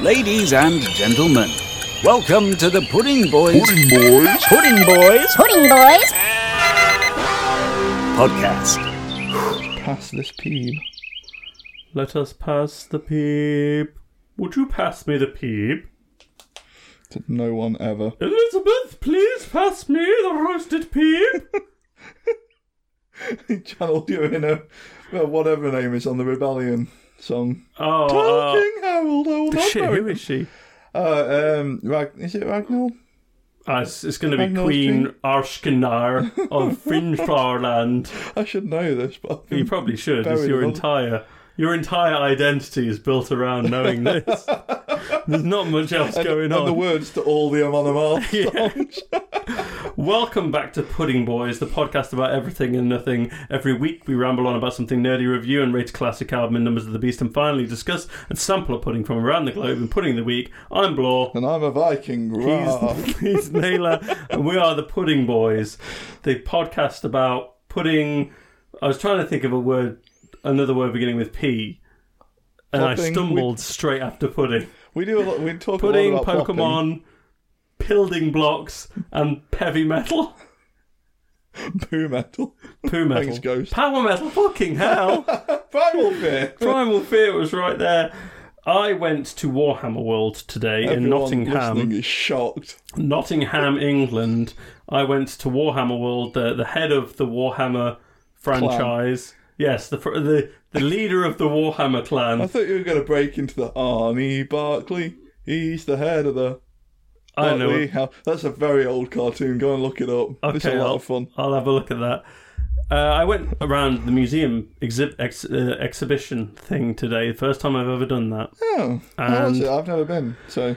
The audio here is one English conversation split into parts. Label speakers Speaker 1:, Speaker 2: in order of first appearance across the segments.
Speaker 1: Ladies and gentlemen, welcome to the Pudding Boys.
Speaker 2: Pudding boys.
Speaker 1: Pudding Boys
Speaker 3: Pudding boys.
Speaker 1: podcast.
Speaker 4: Pass this peeb.
Speaker 5: Let us pass the peep. Would you pass me the peep?
Speaker 4: To no one ever.
Speaker 5: Elizabeth, please pass me the roasted peep.
Speaker 4: He channeled you in a well, whatever her name is on the Rebellion song.
Speaker 5: oh,
Speaker 4: Talking Harold, I will
Speaker 5: uh,
Speaker 4: not
Speaker 5: shit,
Speaker 4: marry-
Speaker 5: who is she?
Speaker 4: Uh, um, Rag- is it Ragnall?
Speaker 5: Uh, it's it's going to
Speaker 4: Ragnar's
Speaker 5: be Queen
Speaker 4: Dream.
Speaker 5: Arshkinar of Finfarland.
Speaker 4: I should know this, but
Speaker 5: You probably should. It's
Speaker 4: Very
Speaker 5: your
Speaker 4: well.
Speaker 5: entire your entire identity is built around knowing this. There's not much else
Speaker 4: and,
Speaker 5: going
Speaker 4: and
Speaker 5: on.
Speaker 4: the words to all the Amon Amarth songs.
Speaker 5: Welcome back to Pudding Boys, the podcast about everything and nothing. Every week we ramble on about something nerdy, review and rate a classic album and numbers of the beast, and finally discuss and sample a pudding from around the globe in Pudding of the Week. I'm Blore.
Speaker 4: and I'm a Viking. rah.
Speaker 5: He's, he's Naylor, and we are the Pudding Boys, the podcast about pudding. I was trying to think of a word, another word beginning with P, and I
Speaker 4: Popping.
Speaker 5: stumbled straight after pudding.
Speaker 4: We do a lot. We talk
Speaker 5: Pudding,
Speaker 4: a lot about popping.
Speaker 5: Pokemon, building blocks, and heavy metal.
Speaker 4: poo metal,
Speaker 5: Poo metal.
Speaker 4: Thanks, Ghost.
Speaker 5: Power metal, fucking hell.
Speaker 4: primal fear.
Speaker 5: Primal Fear was right there. I went to Warhammer World today in
Speaker 4: Everyone
Speaker 5: Nottingham,
Speaker 4: listening is shocked.
Speaker 5: Nottingham, England. I went to Warhammer World, the, the head of the Warhammer franchise. Yes, the, fr- the the leader of the Warhammer
Speaker 4: I
Speaker 5: clan.
Speaker 4: thought you were going to break into the Arnie Barkley. He's the head of the
Speaker 5: I
Speaker 4: Bartley
Speaker 5: know.
Speaker 4: House. That's a very old cartoon. Go and look it up. it's a
Speaker 5: Okay,
Speaker 4: lot
Speaker 5: I'll,
Speaker 4: of fun.
Speaker 5: I'll have a look at that. Uh, I went around the museum exhi- ex- uh, exhibition thing today. The first time I've ever done that.
Speaker 4: Oh, well, that's
Speaker 5: And-
Speaker 4: it. I've never been. So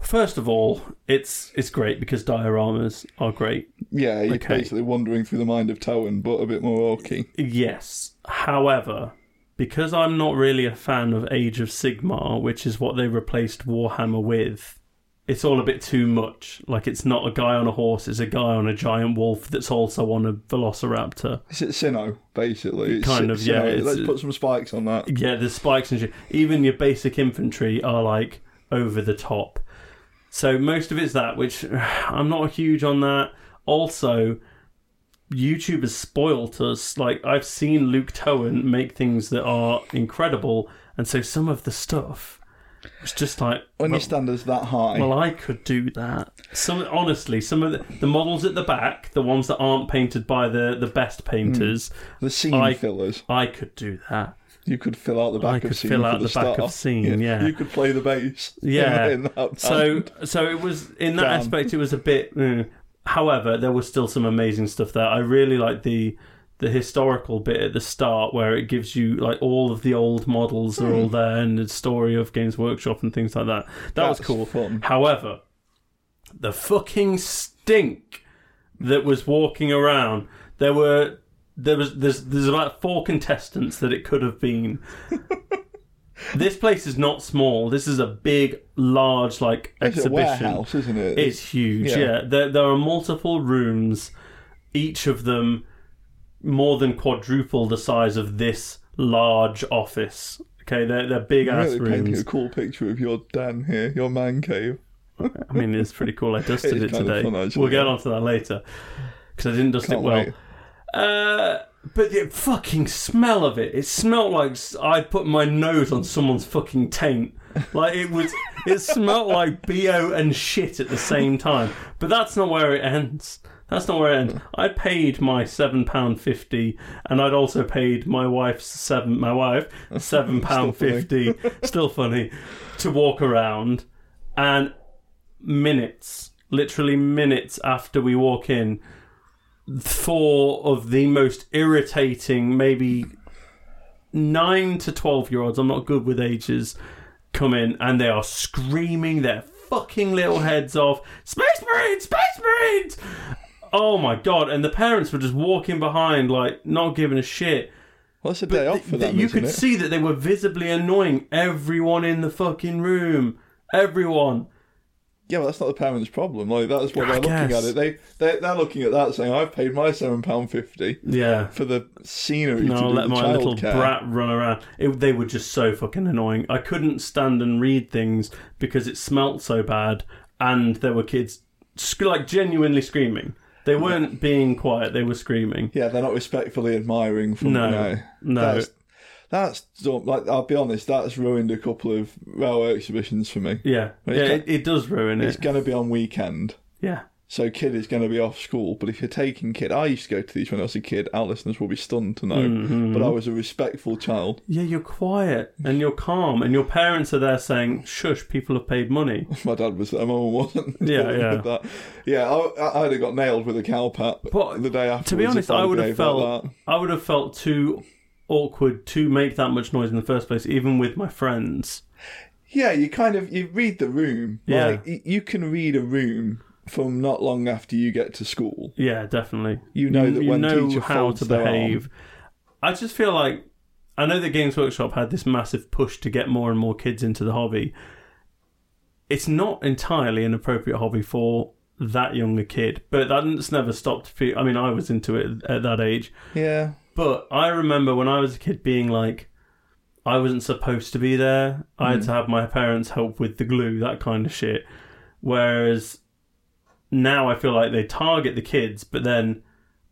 Speaker 5: First of all, it's it's great because dioramas are great.
Speaker 4: yeah, you're
Speaker 5: Okay.
Speaker 4: basically wandering through the mind of Towen, but a bit more orky.
Speaker 5: Yes. However, because I'm not really a fan of Age of Sigmar, which is what they replaced Warhammer with, it's all a bit too much. Like it's not a guy on a horse, it's a guy on a giant wolf that's also on a velociraptor.
Speaker 4: Is it Sinnoh? Basically, It's
Speaker 5: Kind
Speaker 4: Si-
Speaker 5: of, yeah,
Speaker 4: Sinnoh.
Speaker 5: it's-
Speaker 4: Let's put some spikes on that.
Speaker 5: Yeah, there's spikes and shit. Even your basic infantry are like over the top. So most of it's that, which I'm not huge on that. Also, YouTube has spoilt us. Like I've seen Luke Towan make things that are incredible, and so some of the stuff was just like,
Speaker 4: When
Speaker 5: well,
Speaker 4: your standards that high,
Speaker 5: well, I could do that. Some honestly, some of the, the models at the back, the ones that aren't painted by the the best painters,
Speaker 4: the scene
Speaker 5: I-
Speaker 4: fillers.
Speaker 5: I could do that.
Speaker 4: You could fill out the back
Speaker 5: I
Speaker 4: of
Speaker 5: could
Speaker 4: scene.
Speaker 5: fill
Speaker 4: for
Speaker 5: out
Speaker 4: the,
Speaker 5: the back
Speaker 4: star.
Speaker 5: of scene, yeah.
Speaker 4: you could play the bass. in-
Speaker 5: Yeah.
Speaker 4: in that
Speaker 5: So,
Speaker 4: band.
Speaker 5: so it was in that
Speaker 4: Damn.
Speaker 5: aspect, it was a bit. mm. However, there was still some amazing stuff there. I really like the the historical bit at the start where it gives you like all of the old models are
Speaker 4: Hmm.
Speaker 5: all there and the story of Games Workshop and things like that. That was
Speaker 4: That's
Speaker 5: cool.
Speaker 4: fun.
Speaker 5: However, the fucking stink that was walking around. There were there was there's there's about four contestants that it could have been. this place is not small. This is a big, large like
Speaker 4: it's a
Speaker 5: exhibition.
Speaker 4: warehouse, isn't it?
Speaker 5: It's huge.
Speaker 4: Yeah.
Speaker 5: Yeah, There, there are multiple rooms, each of them more than quadruple the size of this large office. Okay, they're they're big ass
Speaker 4: really painting
Speaker 5: rooms.
Speaker 4: a cool picture of your den here, your man cave.
Speaker 5: I mean, it's pretty cool. I dusted
Speaker 4: is
Speaker 5: it,
Speaker 4: kind of
Speaker 5: today.
Speaker 4: fun, actually,
Speaker 5: we'll get
Speaker 4: yeah.
Speaker 5: onto that later because I didn't dust
Speaker 4: Can't
Speaker 5: it well.
Speaker 4: wait.
Speaker 5: Uh, but the fucking smell of it. It smelled like s- I put my nose on someone's fucking taint. Like it was, it smelled like bo and shit at the same time. But that's not where it ends. That's not where it ends. I paid my seven pound fifty, and I'd also paid my wife's seven, my wife seven pound fifty. Still funny to walk around, and minutes, literally minutes after we walk in, four of the most irritating, maybe nine to 12 year olds, I'm not good with ages, come in and they are screaming their fucking little heads off Space Marines! Space Marines! Oh my god, and the parents were just walking behind, like, not giving a shit.
Speaker 4: Well, that's a day off for
Speaker 5: Th-
Speaker 4: them,
Speaker 5: you
Speaker 4: isn't
Speaker 5: could
Speaker 4: it?
Speaker 5: see that they were visibly annoying everyone in the fucking room. Everyone.
Speaker 4: Yeah, but that's not the parents' problem. Like that's what
Speaker 5: I
Speaker 4: they're looking
Speaker 5: guess.
Speaker 4: at. It they they they're looking at that saying, "I've paid my seven pound fifty
Speaker 5: Yeah.
Speaker 4: for the scenery to
Speaker 5: No,
Speaker 4: do
Speaker 5: let
Speaker 4: the
Speaker 5: my little
Speaker 4: childcare."
Speaker 5: brat run around. It, they were just so fucking annoying. I couldn't stand and read things because it smelt so bad, and there were kids sc- like genuinely screaming. They weren't being quiet; they were screaming.
Speaker 4: Yeah, they're not respectfully admiring. From,
Speaker 5: No, no.
Speaker 4: That's, that's dumb. like I'll be honest. That's ruined a couple of railway exhibitions for me.
Speaker 5: Yeah, yeah,
Speaker 4: Well, it's
Speaker 5: it, it does ruin
Speaker 4: It's
Speaker 5: it.
Speaker 4: going to be on weekend,
Speaker 5: Yeah,
Speaker 4: so kid is going to be off school. But if you're taking kid, I used to go to these when I was a kid. Our listeners will be stunned to know,
Speaker 5: Mm-hmm.
Speaker 4: but I was a respectful child.
Speaker 5: yeah, you're quiet and you're calm, and your parents are there saying, "Shush, people have paid money."
Speaker 4: My dad was there, my mum wasn't.
Speaker 5: Yeah,
Speaker 4: With
Speaker 5: yeah.
Speaker 4: that. yeah. I, I'd have got nailed with a cowpat
Speaker 5: But
Speaker 4: the day after.
Speaker 5: to be honest, I would have felt I would have felt too awkward to make that much noise in the first place, even with my friends.
Speaker 4: Yeah, you kind of you read the room.
Speaker 5: Yeah.
Speaker 4: Like y- you can read a room from not long after you get to school.
Speaker 5: Yeah, definitely.
Speaker 4: You know that
Speaker 5: you
Speaker 4: when
Speaker 5: know
Speaker 4: teacher
Speaker 5: how
Speaker 4: folds
Speaker 5: to
Speaker 4: their arm-
Speaker 5: behave. I just feel like I know that Games Workshop had this massive push to get more and more kids into the hobby. It's not entirely an appropriate hobby for that younger kid, but that's never stopped. pe- I mean, I was into it at that age,
Speaker 4: Yeah.
Speaker 5: but I remember when I was a kid being like, I wasn't supposed to be there. I had to have my parents help with the glue, that kind of shit. Whereas now I feel like they target the kids, but then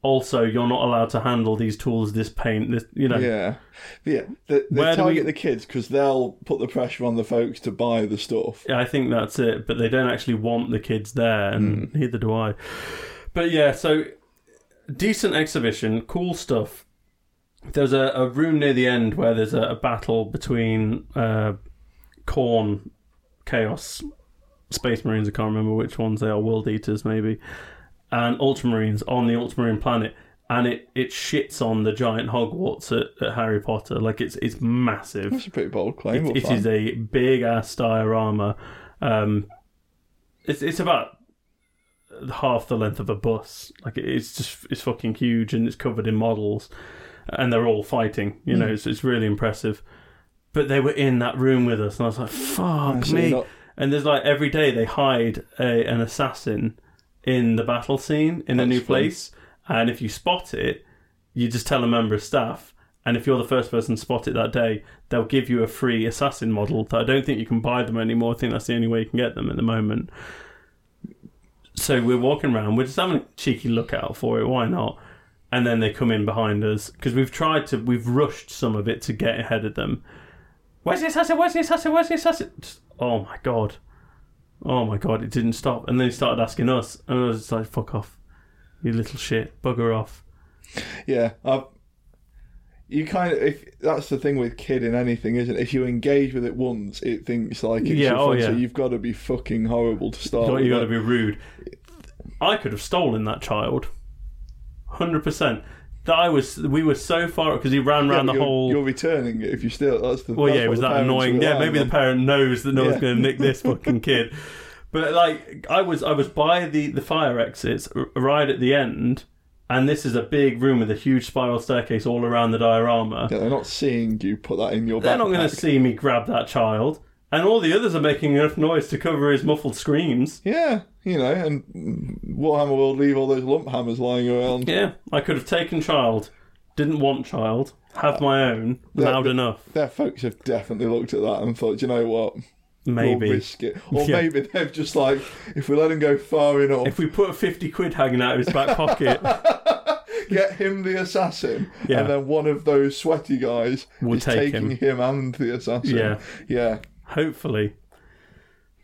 Speaker 5: also you're not allowed to handle these tools, this paint, this, you know.
Speaker 4: Yeah, But yeah. They, they
Speaker 5: Where do
Speaker 4: target
Speaker 5: we-
Speaker 4: the kids because they'll put the pressure on the folks to buy the stuff.
Speaker 5: I think that's it, but they don't actually want the kids there, and neither do I. But yeah, so decent exhibition, cool stuff. There's a, a room near the end where there's a, a battle between uh, Corn, Chaos, Space Marines, I can't remember which ones they are, World Eaters maybe, and Ultramarines on the Ultramarine planet. And it, it shits on the giant Hogwarts at, at Harry Potter. Like, it's it's massive.
Speaker 4: That's a pretty bold claim.
Speaker 5: It-
Speaker 4: but
Speaker 5: it
Speaker 4: fine.
Speaker 5: is a big ass diorama. Um, it's it's about half the length of a bus. Like it- it's just it's fucking huge, and it's covered in models, and they're all fighting. You know, it's it's really impressive. But they were in that room with us, and I was like, "Fuck
Speaker 4: So
Speaker 5: me!"
Speaker 4: you're not-
Speaker 5: And there's like every day they hide a, an assassin in the battle scene in a
Speaker 4: That's
Speaker 5: new
Speaker 4: fun.
Speaker 5: place, and if you spot it, you just tell a member of staff. And if you're the first person to spot it that day, they'll give you a free assassin model. That I don't think you can buy them anymore. I think that's the only way you can get them at the moment. So we're walking around. We're just having a cheeky look out for it. Why not? And then they come in behind us because we've tried to. We've rushed some of it to get ahead of them. Where's the assassin? Where's the assassin? Where's the assassin? Just- oh my god! Oh my god! It didn't stop. And then he started asking us, and I was just like, "Fuck off, you little shit, bugger off."
Speaker 4: Yeah, i you kind of if that's the thing with kid in anything, isn't it? If you engage with it once, it thinks like it's
Speaker 5: Yeah,
Speaker 4: your
Speaker 5: oh,
Speaker 4: friend, so
Speaker 5: yeah.
Speaker 4: you've got to be fucking horrible to start.
Speaker 5: Don't
Speaker 4: with
Speaker 5: you got
Speaker 4: it.
Speaker 5: to be rude. I could have stolen that child, hundred percent. That I was, we were so far because he ran
Speaker 4: Yeah,
Speaker 5: round
Speaker 4: but
Speaker 5: the
Speaker 4: you're,
Speaker 5: whole.
Speaker 4: You're returning it if you still. That's the.
Speaker 5: well,
Speaker 4: that's
Speaker 5: yeah, it
Speaker 4: what
Speaker 5: was
Speaker 4: the
Speaker 5: that
Speaker 4: parents
Speaker 5: annoying. Yeah,
Speaker 4: rely
Speaker 5: maybe the
Speaker 4: on.
Speaker 5: parent knows that no one's
Speaker 4: Yeah.
Speaker 5: going to nick this fucking kid. But like, I was, I was by the the fire exits r- right at the end, and this is a big room with a huge spiral staircase all aroround the diorama.
Speaker 4: Yeah, they're not seeing you put that in your.
Speaker 5: They're not going
Speaker 4: backpack.
Speaker 5: to see me grab that child, and all the others are making enough noise to cover his muffled screams.
Speaker 4: Yeah, you know, and mm, Warhammer will leave all those lump hammers lying around.
Speaker 5: Yeah, I could have taken child, didn't want child, have my own, loud
Speaker 4: but-
Speaker 5: enough,
Speaker 4: Their folks have definitely looked at that and thought, "Do you know what, we'll
Speaker 5: maybe.
Speaker 4: risk it. Or
Speaker 5: Yeah.
Speaker 4: maybe they've just like, if we let him go far enough,
Speaker 5: If we put 50 quid hanging out of his back pocket,
Speaker 4: get him the assassin,
Speaker 5: Yeah.
Speaker 4: and then one of those sweaty guys
Speaker 5: Will
Speaker 4: is
Speaker 5: take
Speaker 4: taking
Speaker 5: him.
Speaker 4: him. and the assassin.
Speaker 5: Yeah.
Speaker 4: yeah.
Speaker 5: hopefully.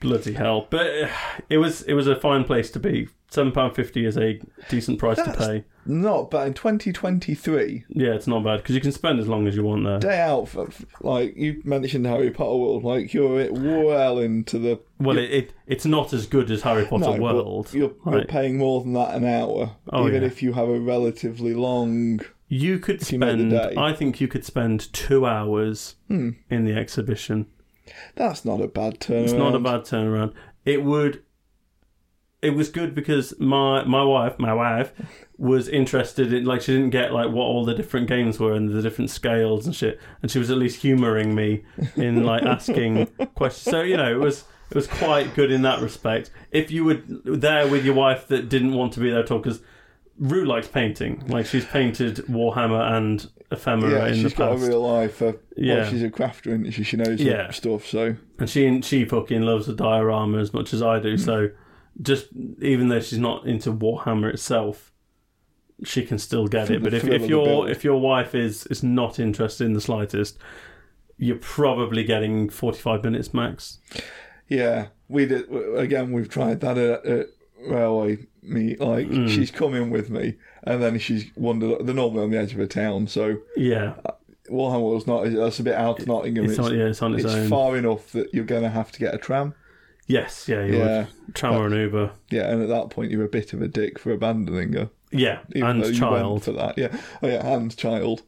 Speaker 5: Bloody hell. But uh, it was it was a fine place to be. £7.50 is a decent price to
Speaker 4: That's-
Speaker 5: pay.
Speaker 4: Not, but in 2023,
Speaker 5: Yeah, it's not bad because you can spend as long as you want there.
Speaker 4: day out, for, like you mentioned, Harry Potter world, like you're well into the
Speaker 5: Well, it, it it's not as good as Harry Potter
Speaker 4: No, but
Speaker 5: World.
Speaker 4: You're, you're
Speaker 5: right?
Speaker 4: paying more than that an hour,
Speaker 5: Oh,
Speaker 4: even
Speaker 5: yeah.
Speaker 4: if you have a relatively long.
Speaker 5: You could
Speaker 4: you make the
Speaker 5: spend.
Speaker 4: day. Hmm.
Speaker 5: I think you could spend two hours in the exhibition.
Speaker 4: That's not a bad turnaround.
Speaker 5: It's not a bad turnaround. It would. It was good because my my wife my wife was interested in like she didn't get like what all the different games were and the different scales and shit, and she was at least humouring me in like asking questions. So you know it was. It was quite good in that respect. If you were there with your wife that didn't want to be there at all, because Rue likes painting. Like she's painted Warhammer and Ephemera
Speaker 4: yeah,
Speaker 5: in
Speaker 4: she's
Speaker 5: the
Speaker 4: got
Speaker 5: past,
Speaker 4: a real eye for.
Speaker 5: Yeah.
Speaker 4: Well, she's a crafter and she she knows her
Speaker 5: Yeah.
Speaker 4: stuff. So
Speaker 5: and she she fucking loves the diorama as much as I
Speaker 4: Hmm.
Speaker 5: do. So just even though she's not into Warhammer itself, she can still get
Speaker 4: From
Speaker 5: it.
Speaker 4: the
Speaker 5: But if
Speaker 4: thrill of
Speaker 5: if
Speaker 4: the
Speaker 5: your
Speaker 4: build.
Speaker 5: if your wife is is not interested in the slightest, you're probably getting forty five minutes max.
Speaker 4: yeah, we did w- again. We've tried that uh, at, at railway meet. Like
Speaker 5: Hmm.
Speaker 4: she's come in with me, and then she's wandered. They're normally on the edge of a town, so
Speaker 5: Yeah,
Speaker 4: Warhammer's not. That's a bit out of Nottingham.
Speaker 5: it's,
Speaker 4: Uh, It's,
Speaker 5: on, yeah, it's on its,
Speaker 4: it's
Speaker 5: own.
Speaker 4: far enough that you're going to have to get a tram.
Speaker 5: Yes, yeah, you
Speaker 4: Yeah.
Speaker 5: would. Tram or an Uber.
Speaker 4: Yeah, and at that point you're a bit of a dick for abandoning her.
Speaker 5: Yeah,
Speaker 4: even though
Speaker 5: and
Speaker 4: you went
Speaker 5: child.
Speaker 4: for that. Yeah, oh yeah, and child.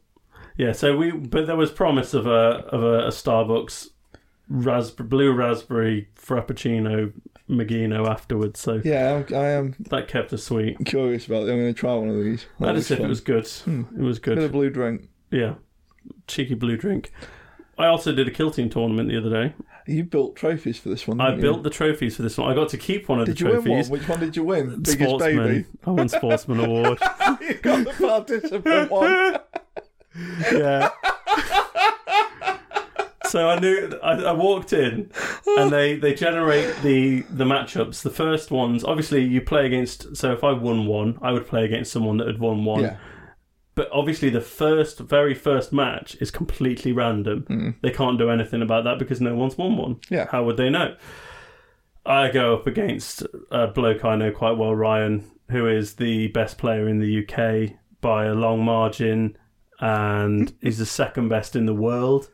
Speaker 5: Yeah, so we but there was promise of a of a, a Starbucks raspberry blue raspberry frappuccino Magino afterwards. So
Speaker 4: Yeah, I'm, I am
Speaker 5: that kept us sweet.
Speaker 4: curious about it. I'm going to try one of these. That
Speaker 5: That
Speaker 4: looks
Speaker 5: is if it
Speaker 4: fun. Hmm.
Speaker 5: was good. It was
Speaker 4: Bit of
Speaker 5: good.
Speaker 4: blue drink.
Speaker 5: Yeah, cheeky blue drink. I also did a kill team tournament the other day.
Speaker 4: You built trophies for this one.
Speaker 5: I
Speaker 4: didn't you?
Speaker 5: built the trophies for this one. I got to keep one of
Speaker 4: Did
Speaker 5: the
Speaker 4: you win one?
Speaker 5: trophies.
Speaker 4: Which one did you win? Biggest
Speaker 5: Sportsman.
Speaker 4: baby.
Speaker 5: I won Sportsman Award.
Speaker 4: you got the participant one.
Speaker 5: Yeah. so I knew I, I walked in, and they they generate the the matchups. The first ones, obviously, you play against. So if I won one, I would play against someone that had won one.
Speaker 4: Yeah.
Speaker 5: But obviously, the first, very first match is completely random. They can't do anything about that because no one's won one.
Speaker 4: Yeah.
Speaker 5: How would they know? I go up against a bloke I know quite well, Ryan, who is the best player in the UK by a long margin, and he's the second best in the world.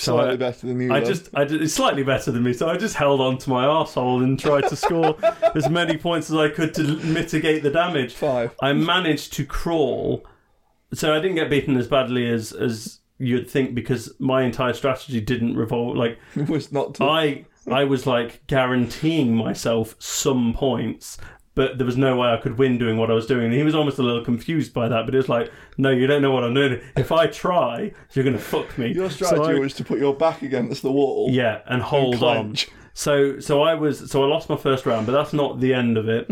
Speaker 5: So
Speaker 4: Slightly
Speaker 5: I-
Speaker 4: better than you.
Speaker 5: I
Speaker 4: then.
Speaker 5: just, I just, it's slightly better than me, so I just held on to my arsehole and tried to score as many points as I could to mitigate the damage.
Speaker 4: five.
Speaker 5: I managed to crawl, so I didn't get beaten as badly as as you'd think because my entire strategy didn't revolve. Like
Speaker 4: It was not. To,
Speaker 5: I I was like guaranteeing myself some points, but there was no way I could win doing what I was doing. And he was almost a little confused by that, but it was like, no, you don't know what I'm doing. If I try, you're gonna fuck me.
Speaker 4: your
Speaker 5: So
Speaker 4: strategy
Speaker 5: I-
Speaker 4: was to put your back against the wall.
Speaker 5: yeah, and hold on.
Speaker 4: clench.
Speaker 5: So so I was so I lost my first round, but that's not the end of it.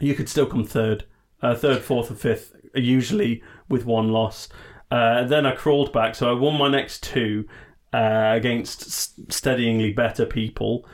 Speaker 5: You could still come third, uh, third, fourth, or fifth, usually with one loss. Uh, then I crawled back, so I won my next two uh, against s- steadyingly better people.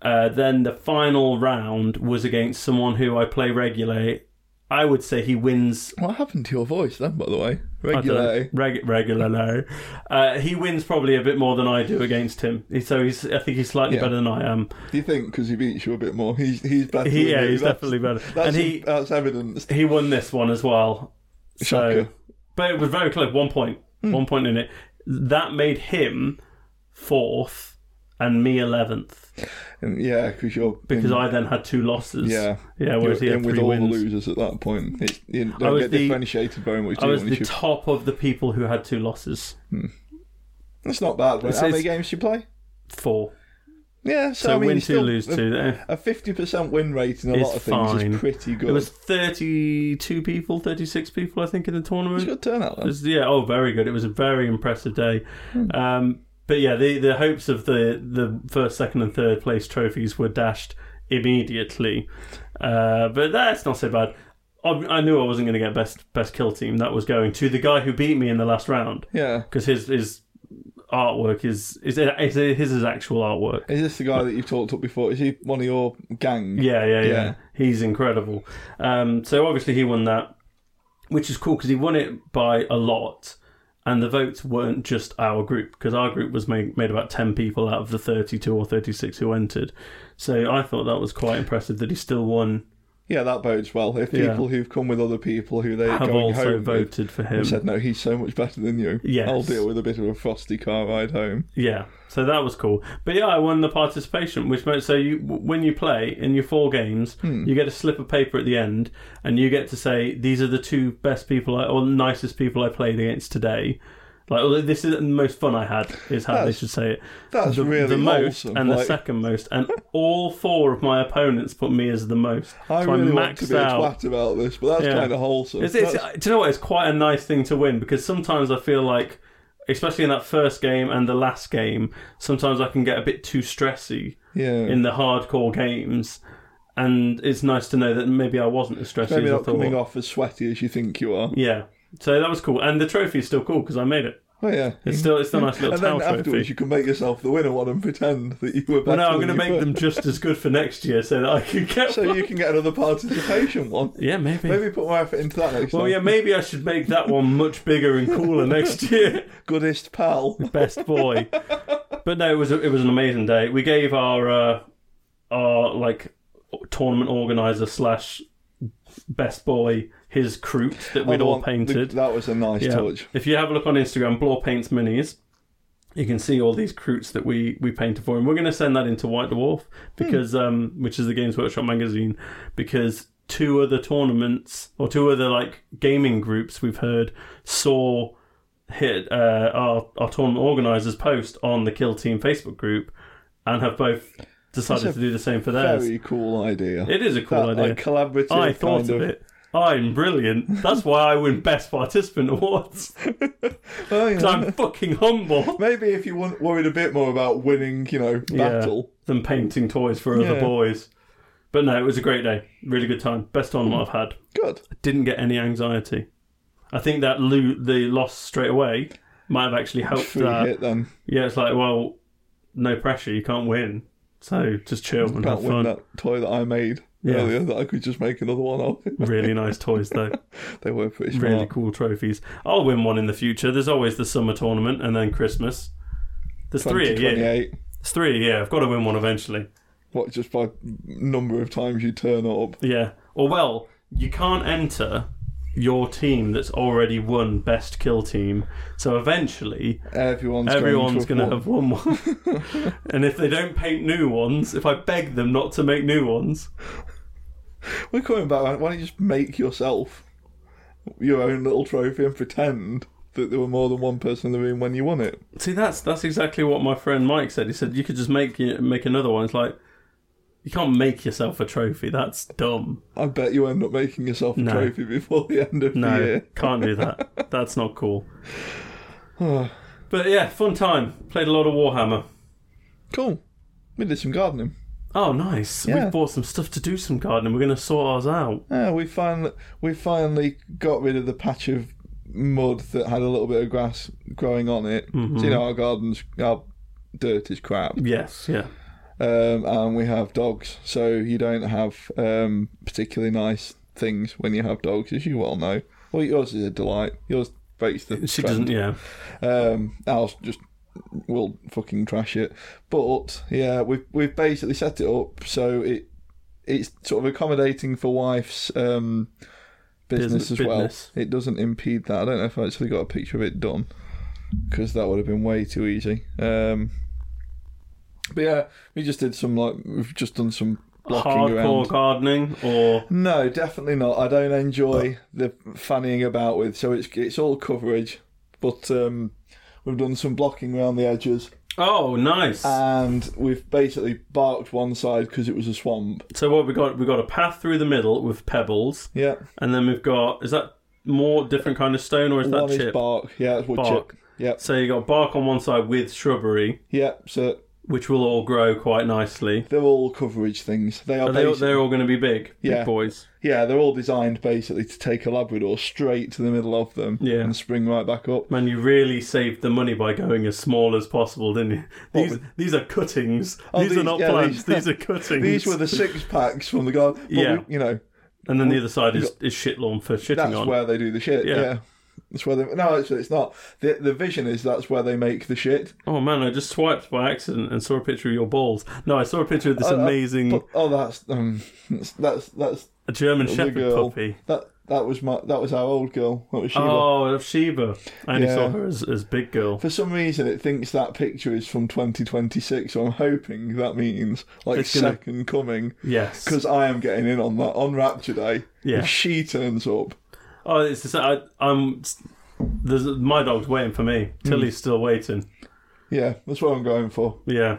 Speaker 5: Uh, then the final round was against someone who I play regularly. I would say he wins
Speaker 4: What happened to your voice then, by the way? eh?
Speaker 5: I don't-
Speaker 4: Regularly.
Speaker 5: Reg- regular. Uh, he wins probably a bit more than I do against him. He- So he's, I think he's slightly
Speaker 4: Yeah.
Speaker 5: better than I am.
Speaker 4: Do you think because he beats you a bit more, he's he's better?
Speaker 5: He,
Speaker 4: than
Speaker 5: yeah,
Speaker 4: you?
Speaker 5: he's
Speaker 4: That's-
Speaker 5: definitely better.
Speaker 4: That's,
Speaker 5: and he
Speaker 4: that's evidence.
Speaker 5: he won this one as well. So,
Speaker 4: Shocker.
Speaker 5: but it was very close. One point,
Speaker 4: Hmm.
Speaker 5: one point in it. That made him fourth and me eleventh
Speaker 4: And yeah, because you're
Speaker 5: because
Speaker 4: in,
Speaker 5: I then had two losses.
Speaker 4: yeah.
Speaker 5: yeah.
Speaker 4: You're
Speaker 5: Whereas he
Speaker 4: in
Speaker 5: had
Speaker 4: with
Speaker 5: three
Speaker 4: all
Speaker 5: wins.
Speaker 4: the losers at that point. It, you
Speaker 5: I
Speaker 4: don't
Speaker 5: was
Speaker 4: get
Speaker 5: the-
Speaker 4: differentiated very much. Do
Speaker 5: I
Speaker 4: you,
Speaker 5: was
Speaker 4: when
Speaker 5: the
Speaker 4: you-
Speaker 5: top of the people who had two losses.
Speaker 4: It's not bad. Right?
Speaker 5: It's-
Speaker 4: How many
Speaker 5: it's-
Speaker 4: games do you play?
Speaker 5: Four.
Speaker 4: Yeah, so,
Speaker 5: So
Speaker 4: I mean,
Speaker 5: win
Speaker 4: you
Speaker 5: two,
Speaker 4: still,
Speaker 5: lose
Speaker 4: a-
Speaker 5: two. There.
Speaker 4: A fifty percent win rate in a
Speaker 5: It's
Speaker 4: lot of things
Speaker 5: fine.
Speaker 4: is pretty good.
Speaker 5: It was 32 people, 36 people, I think, in the
Speaker 4: It's
Speaker 5: tournament.
Speaker 4: a good turnout.
Speaker 5: It
Speaker 4: Then.
Speaker 5: was- yeah, oh, very good. It was a very impressive day. Um, but yeah, the, the hopes of the, the first, second, and third place trophies were dashed immediately. Uh, but that's not so bad. I, I knew I wasn't going to get best best kill team. That was going to the guy who beat me in the last round
Speaker 4: Yeah.
Speaker 5: because his his artwork is is, is his his actual artwork.
Speaker 4: Is this the guy that you've talked up before? Is he one of your gang?
Speaker 5: Yeah, yeah, yeah.
Speaker 4: Yeah.
Speaker 5: He's incredible. Um, so obviously he won that, which is cool because he won it by a lot, and the votes weren't just our group because our group was made, made about ten people out of the thirty-two or thirty-six who entered. So I thought that was quite impressive that he still won.
Speaker 4: Yeah, that bodes well. If
Speaker 5: Yeah.
Speaker 4: people who've come with other people who they're
Speaker 5: Have
Speaker 4: going
Speaker 5: also
Speaker 4: home with
Speaker 5: voted for
Speaker 4: have
Speaker 5: him.
Speaker 4: said, no, he's so much better than you.
Speaker 5: Yes.
Speaker 4: I'll deal with a bit of a frosty car ride home.
Speaker 5: Yeah, so that was cool. But yeah, I won the participation, which meant so you when you play in your four games,
Speaker 4: Hmm.
Speaker 5: you get a slip of paper at the end, and you get to say these are the two best people I, or nicest people I played against today. Like well, this is the most fun I had is how they
Speaker 4: That's-
Speaker 5: should say it.
Speaker 4: that's
Speaker 5: the,
Speaker 4: really
Speaker 5: the most
Speaker 4: wholesome,
Speaker 5: and the
Speaker 4: like-
Speaker 5: second most, and all four of my opponents put me as the most.
Speaker 4: I
Speaker 5: so
Speaker 4: really
Speaker 5: I maxed
Speaker 4: want to be
Speaker 5: out.
Speaker 4: a twat about this, but that's
Speaker 5: Yeah.
Speaker 4: kind of wholesome.
Speaker 5: It's, it's,
Speaker 4: That's-
Speaker 5: do you know what? It's quite a nice thing to win because sometimes I feel like especially in that first game and the last game, sometimes I can get a bit too stressy
Speaker 4: Yeah.
Speaker 5: in the hardcore games, and it's nice to know that maybe I wasn't as stressy
Speaker 4: Maybe
Speaker 5: as I
Speaker 4: not
Speaker 5: thought.
Speaker 4: coming off as sweaty as you think you are.
Speaker 5: Yeah, so that was cool, and the trophy is still cool because I made it.
Speaker 4: Oh yeah.
Speaker 5: It's still it's still a nice little
Speaker 4: and then
Speaker 5: towel
Speaker 4: afterwards,
Speaker 5: trophy.
Speaker 4: you can make yourself the winner one and pretend that you were better.
Speaker 5: Well, no, I'm
Speaker 4: going to
Speaker 5: make them just as good for next year so that I can get.
Speaker 4: So
Speaker 5: one.
Speaker 4: you can get another participation one.
Speaker 5: Yeah, maybe.
Speaker 4: Maybe put more effort into that next
Speaker 5: Well,
Speaker 4: time.
Speaker 5: yeah, maybe I should make that one much bigger and cooler next year.
Speaker 4: Goodest pal.
Speaker 5: Best boy. But no, it was a, it was an amazing day. We gave our uh, our like tournament organizer slash best boy his croute that we'd
Speaker 4: Another
Speaker 5: all
Speaker 4: one-
Speaker 5: painted.
Speaker 4: That was a nice
Speaker 5: Yeah.
Speaker 4: touch.
Speaker 5: If you have a look on Instagram, Blore Paints Minis, you can see all these croots that we we painted for him. We're going to send that into White Dwarf
Speaker 4: Hmm.
Speaker 5: because, um, which is the Games Workshop magazine, because two other tournaments or two other like gaming groups we've heard saw hit uh, our our tournament organisers post on the Kill Team Facebook group and have both decided
Speaker 4: That's
Speaker 5: to
Speaker 4: a
Speaker 5: do the same for theirs.
Speaker 4: Very cool idea.
Speaker 5: It is a cool
Speaker 4: that,
Speaker 5: idea.
Speaker 4: Like, collaborative
Speaker 5: I thought
Speaker 4: kind
Speaker 5: of it. I'm brilliant. That's why I win Best Participant awards.
Speaker 4: Oh, yeah.
Speaker 5: 'Cause I'm fucking humble
Speaker 4: Maybe if you weren't worried a bit more about winning, you know, battle.
Speaker 5: than painting toys for other
Speaker 4: Yeah.
Speaker 5: boys. But no, it was a great day. Really good time. Best tournament I've had.
Speaker 4: Good.
Speaker 5: Didn't get any anxiety. I think that lo- the loss straight away might have actually helped
Speaker 4: Free
Speaker 5: that.
Speaker 4: hit then.
Speaker 5: Yeah, it's like, well, no pressure. You can't win. So just chill and
Speaker 4: Can't
Speaker 5: have
Speaker 4: win
Speaker 5: fun.
Speaker 4: that toy that I made
Speaker 5: Yeah.
Speaker 4: earlier that I could just make another one of.
Speaker 5: Really nice toys, though.
Speaker 4: they were pretty smart.
Speaker 5: really cool trophies. I'll win one in the future. There's always the summer tournament and then Christmas. There's three a year.
Speaker 4: 2028.
Speaker 5: There's three a year. I've got to win one eventually.
Speaker 4: What, just by number of times you turn up?
Speaker 5: Yeah. Or well, you can't enter your team that's already won best kill team. So eventually
Speaker 4: Everyone's,
Speaker 5: everyone's
Speaker 4: going
Speaker 5: going
Speaker 4: to
Speaker 5: to have won one. and if they don't paint new ones, if I beg them not to make new ones,
Speaker 4: have... We're coming back. aren't- Why don't you just make yourself your own little trophy and pretend that there were more than one person in the room when you won it?
Speaker 5: see that's that's exactly what my friend Mike said. He said you could just make it- make another one. It's like you can't make yourself a trophy. That's dumb.
Speaker 4: I bet you end up making yourself a
Speaker 5: No.
Speaker 4: trophy before the end of
Speaker 5: No,
Speaker 4: the year.
Speaker 5: can't do that. That's not cool. but yeah, fun time. Played a lot of Warhammer.
Speaker 4: Cool. We did some gardening.
Speaker 5: Oh, nice.
Speaker 4: Yeah.
Speaker 5: We've bought some stuff to do some gardening. We're going to sort ours out.
Speaker 4: Yeah, we finally we finally got rid of the patch of mud that had a little bit of grass growing on it.
Speaker 5: Mm-hmm.
Speaker 4: So you know our gardens, our dirt is crap,
Speaker 5: Yes, yeah.
Speaker 4: um, and we have dogs, so you don't have um, particularly nice things when you have dogs, as you well know. Well, yours is a delight. Yours breaks the.
Speaker 5: She
Speaker 4: trend.
Speaker 5: doesn't, yeah.
Speaker 4: Um, ours just will fucking trash it. But yeah, we've we've basically set it up so it it's sort of accommodating for wife's um, business
Speaker 5: Business-
Speaker 4: as well.
Speaker 5: business.
Speaker 4: It doesn't impede that. I don't know if I actually got a picture of it done because that would have been way too easy. Um, but yeah, we just did some like we've just done some blocking
Speaker 5: Hardcore
Speaker 4: around.
Speaker 5: gardening or.
Speaker 4: No, definitely not. I don't enjoy the fannying about with, so it's it's all coverage. But um, we've done some blocking around the edges,
Speaker 5: Oh, nice.
Speaker 4: and we've basically barked one side because it was a swamp.
Speaker 5: so what we got? We got a path through the middle with pebbles,
Speaker 4: Yeah,
Speaker 5: and then we've got. Is that more different kind of stone or is that
Speaker 4: one is
Speaker 5: chip?
Speaker 4: bark. Yeah, it's wood
Speaker 5: Bark.
Speaker 4: chip. Yeah,
Speaker 5: So you got bark on one side with shrubbery,
Speaker 4: yeah. So
Speaker 5: which will all grow quite nicely.
Speaker 4: they're all coverage things. They are,
Speaker 5: Are they,
Speaker 4: basi-
Speaker 5: they're all going to be big,
Speaker 4: Yeah.
Speaker 5: big boys.
Speaker 4: yeah, they're all designed basically to take a Labrador straight to the middle of them
Speaker 5: Yeah.
Speaker 4: and spring right back up.
Speaker 5: Man, you really saved the money by going as small as possible, didn't you? These these are cuttings. these, are
Speaker 4: Oh, these-
Speaker 5: not
Speaker 4: yeah,
Speaker 5: plants. These,
Speaker 4: these-
Speaker 5: are cuttings.
Speaker 4: These were the six packs from the garden. But
Speaker 5: Yeah.
Speaker 4: we- you know,
Speaker 5: and then the other side is, is shit lawn for shitting
Speaker 4: that's
Speaker 5: on.
Speaker 4: where they do the shit.
Speaker 5: Yeah.
Speaker 4: Yeah. That's where they. No, actually, it's not. The, the vision is that's where they make the shit.
Speaker 5: Oh man, I just swiped by accident and saw a picture of your balls. No, I saw a picture of this
Speaker 4: I- I-
Speaker 5: amazing
Speaker 4: But, oh, that's um, that's that's, that's
Speaker 5: German
Speaker 4: the
Speaker 5: Shepherd
Speaker 4: girl.
Speaker 5: puppy.
Speaker 4: That that was my that was our old girl. That was Sheba.
Speaker 5: Oh, Sheba. I only saw
Speaker 4: Yeah.
Speaker 5: her as, as big girl.
Speaker 4: For some reason, it thinks that picture is from 2026. So I'm hoping that means like
Speaker 5: It's gonna-
Speaker 4: second coming
Speaker 5: Yes.
Speaker 4: because I am getting in on that on Rapture Day.
Speaker 5: Yeah.
Speaker 4: If she turns up,
Speaker 5: Oh, it's just, I, I'm. There's, my dog's waiting for me.
Speaker 4: Hmm.
Speaker 5: Tilly's still waiting.
Speaker 4: yeah, that's what I'm going for.
Speaker 5: Yeah.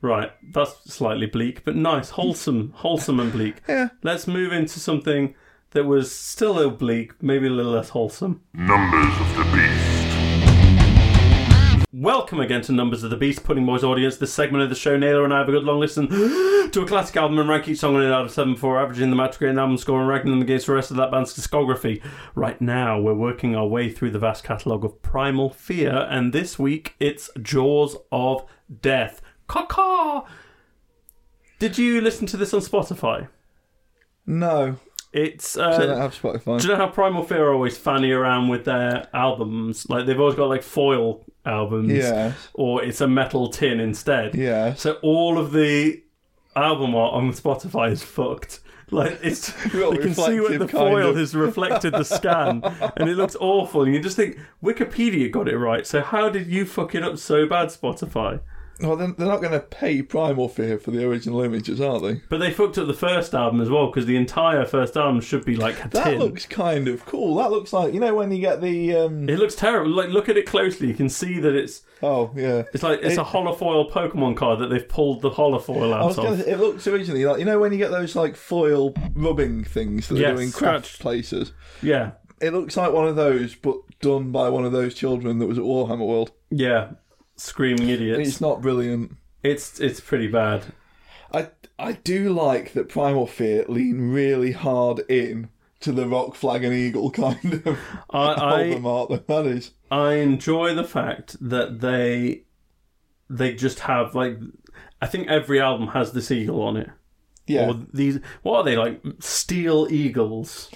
Speaker 5: Right. That's slightly bleak, but nice, wholesome, wholesome and bleak.
Speaker 4: Yeah.
Speaker 5: Let's move into something that was still oblique, maybe a little less wholesome.
Speaker 2: Numbers of the Beast.
Speaker 5: Welcome again to Numbers of the Beast, Pudding Boys audience. This segment of the show, Naylor and I have a good long listen to a classic album and rank each song on an out of 7 4, averaging them out to create an album score and ranking them against the rest of that band's discography. Right now, we're working our way through the vast catalogue of Primal Fear, and this week it's Jaws of Death. Caw-caw! Did you listen to this on Spotify?
Speaker 4: No,
Speaker 5: It's
Speaker 4: I don't
Speaker 5: uh,
Speaker 4: have Spotify.
Speaker 5: do you know how Primal Fear always fanny around with their albums? Like they've always got like foil albums,
Speaker 4: Yeah,
Speaker 5: or it's a metal tin instead.
Speaker 4: yeah.
Speaker 5: So all of the album art on Spotify is fucked. Like it's
Speaker 4: Well,
Speaker 5: you can see where
Speaker 4: reflective
Speaker 5: the
Speaker 4: kind
Speaker 5: foil
Speaker 4: of-
Speaker 5: has reflected the scan, and it looks awful. And you just think Wikipedia got it right. So how did you fuck it up so bad, Spotify?
Speaker 4: Well, then they're not going to pay Primal Fear for the original images, are they?
Speaker 5: But they fucked up the first album as well because the entire first album should be like a
Speaker 4: That
Speaker 5: tin.
Speaker 4: looks kind of cool. That looks like you know when you get the um,
Speaker 5: It looks terrible. Like look at it closely. You can see that it's
Speaker 4: oh yeah.
Speaker 5: It's like it's a holofoil Pokemon card that they've pulled the holofoil
Speaker 4: I
Speaker 5: out
Speaker 4: was
Speaker 5: of.
Speaker 4: gonna, it looks originally like you know when you get those like foil rubbing things that they
Speaker 5: Yes,
Speaker 4: do in craft
Speaker 5: scratched.
Speaker 4: places.
Speaker 5: Yeah,
Speaker 4: It looks like one of those, but done by one of those children that was at Warhammer World.
Speaker 5: yeah, screaming idiots.
Speaker 4: It's not brilliant.
Speaker 5: It's it's, pretty bad.
Speaker 4: I I do like that Primal Fear lean really hard in to the rock flag and eagle kind of
Speaker 5: I
Speaker 4: album art that that is.
Speaker 5: I, I enjoy the fact that they they just have like I think every album has this eagle on it.
Speaker 4: Yeah,
Speaker 5: Or these what are they like steel eagles?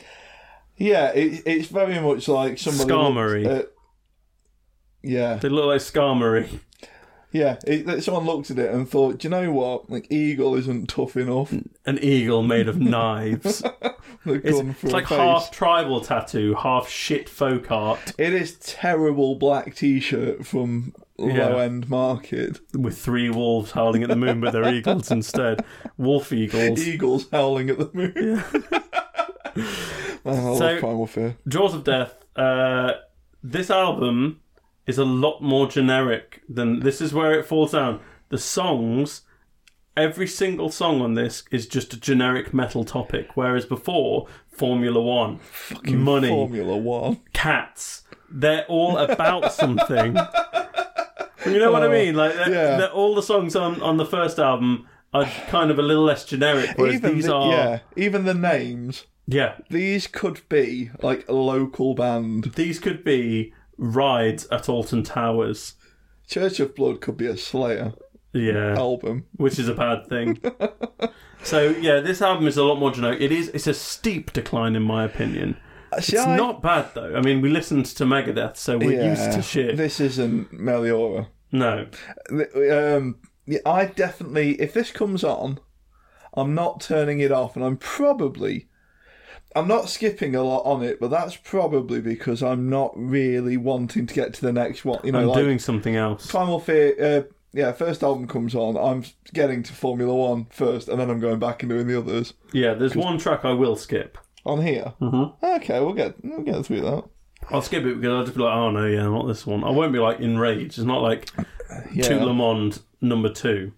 Speaker 4: yeah. It, it's very much like somebody.
Speaker 5: Skarmory.
Speaker 4: looks at- yeah,
Speaker 5: They look like Skarmory.
Speaker 4: yeah. It, that someone looked at it and thought, do you know what? Like eagle isn't tough enough.
Speaker 5: An eagle made of knives.
Speaker 4: The
Speaker 5: It's,
Speaker 4: gun
Speaker 5: it's
Speaker 4: for a
Speaker 5: like
Speaker 4: face.
Speaker 5: half tribal tattoo, half shit folk art
Speaker 4: It is terrible black t-shirt from
Speaker 5: Yeah.
Speaker 4: low end market.
Speaker 5: with three wolves howling at the moon, but they're eagles instead. Wolf eagles.
Speaker 4: Eagles howling at the moon. Man, I
Speaker 5: So-
Speaker 4: love Primal Fear.
Speaker 5: Jaws of Death. Uh, this album is a lot more generic than this. Is where it falls down. The songs, every single song on this is just a generic metal topic. Whereas before, Formula One, money,
Speaker 4: Formula One.
Speaker 5: cats, they're all about something. You know what I mean? Like they're-
Speaker 4: Oh, yeah.
Speaker 5: they're- all the songs on on the first album are kind of a little less generic. Whereas
Speaker 4: Even
Speaker 5: these
Speaker 4: the,
Speaker 5: are,
Speaker 4: yeah, even the names.
Speaker 5: yeah,
Speaker 4: These could be like a local band.
Speaker 5: these could be rides at Alton Towers.
Speaker 4: Church of Blood could be a Slayer
Speaker 5: Yeah,
Speaker 4: album.
Speaker 5: which is a bad thing. so yeah, this album is a lot more generic. It is it's a steep decline in my opinion.
Speaker 4: See,
Speaker 5: It's
Speaker 4: Uh, I-
Speaker 5: not bad though. I mean, we listened to Megadeth, so we're
Speaker 4: yeah,
Speaker 5: used to shit.
Speaker 4: This isn't Meliora.
Speaker 5: No,
Speaker 4: The- Um, yeah, I definitely, if this comes on, I'm not turning it off, and I'm probably, I'm not skipping a lot on it, but that's probably because I'm not really wanting to get to the next one. You know,
Speaker 5: I'm
Speaker 4: like
Speaker 5: doing something else.
Speaker 4: Primal Fear. Uh, yeah, first album comes on. I'm getting to Formula One first, and then I'm going back and doing the others
Speaker 5: Yeah, there's one track I will skip.
Speaker 4: on here. Mm-hmm. Okay, we'll get we'll get through that.
Speaker 5: I'll skip it because I'll just be like, oh no, yeah, not this one. I won't be like enraged. It's not like
Speaker 4: Yeah,
Speaker 5: To Le Monde number two.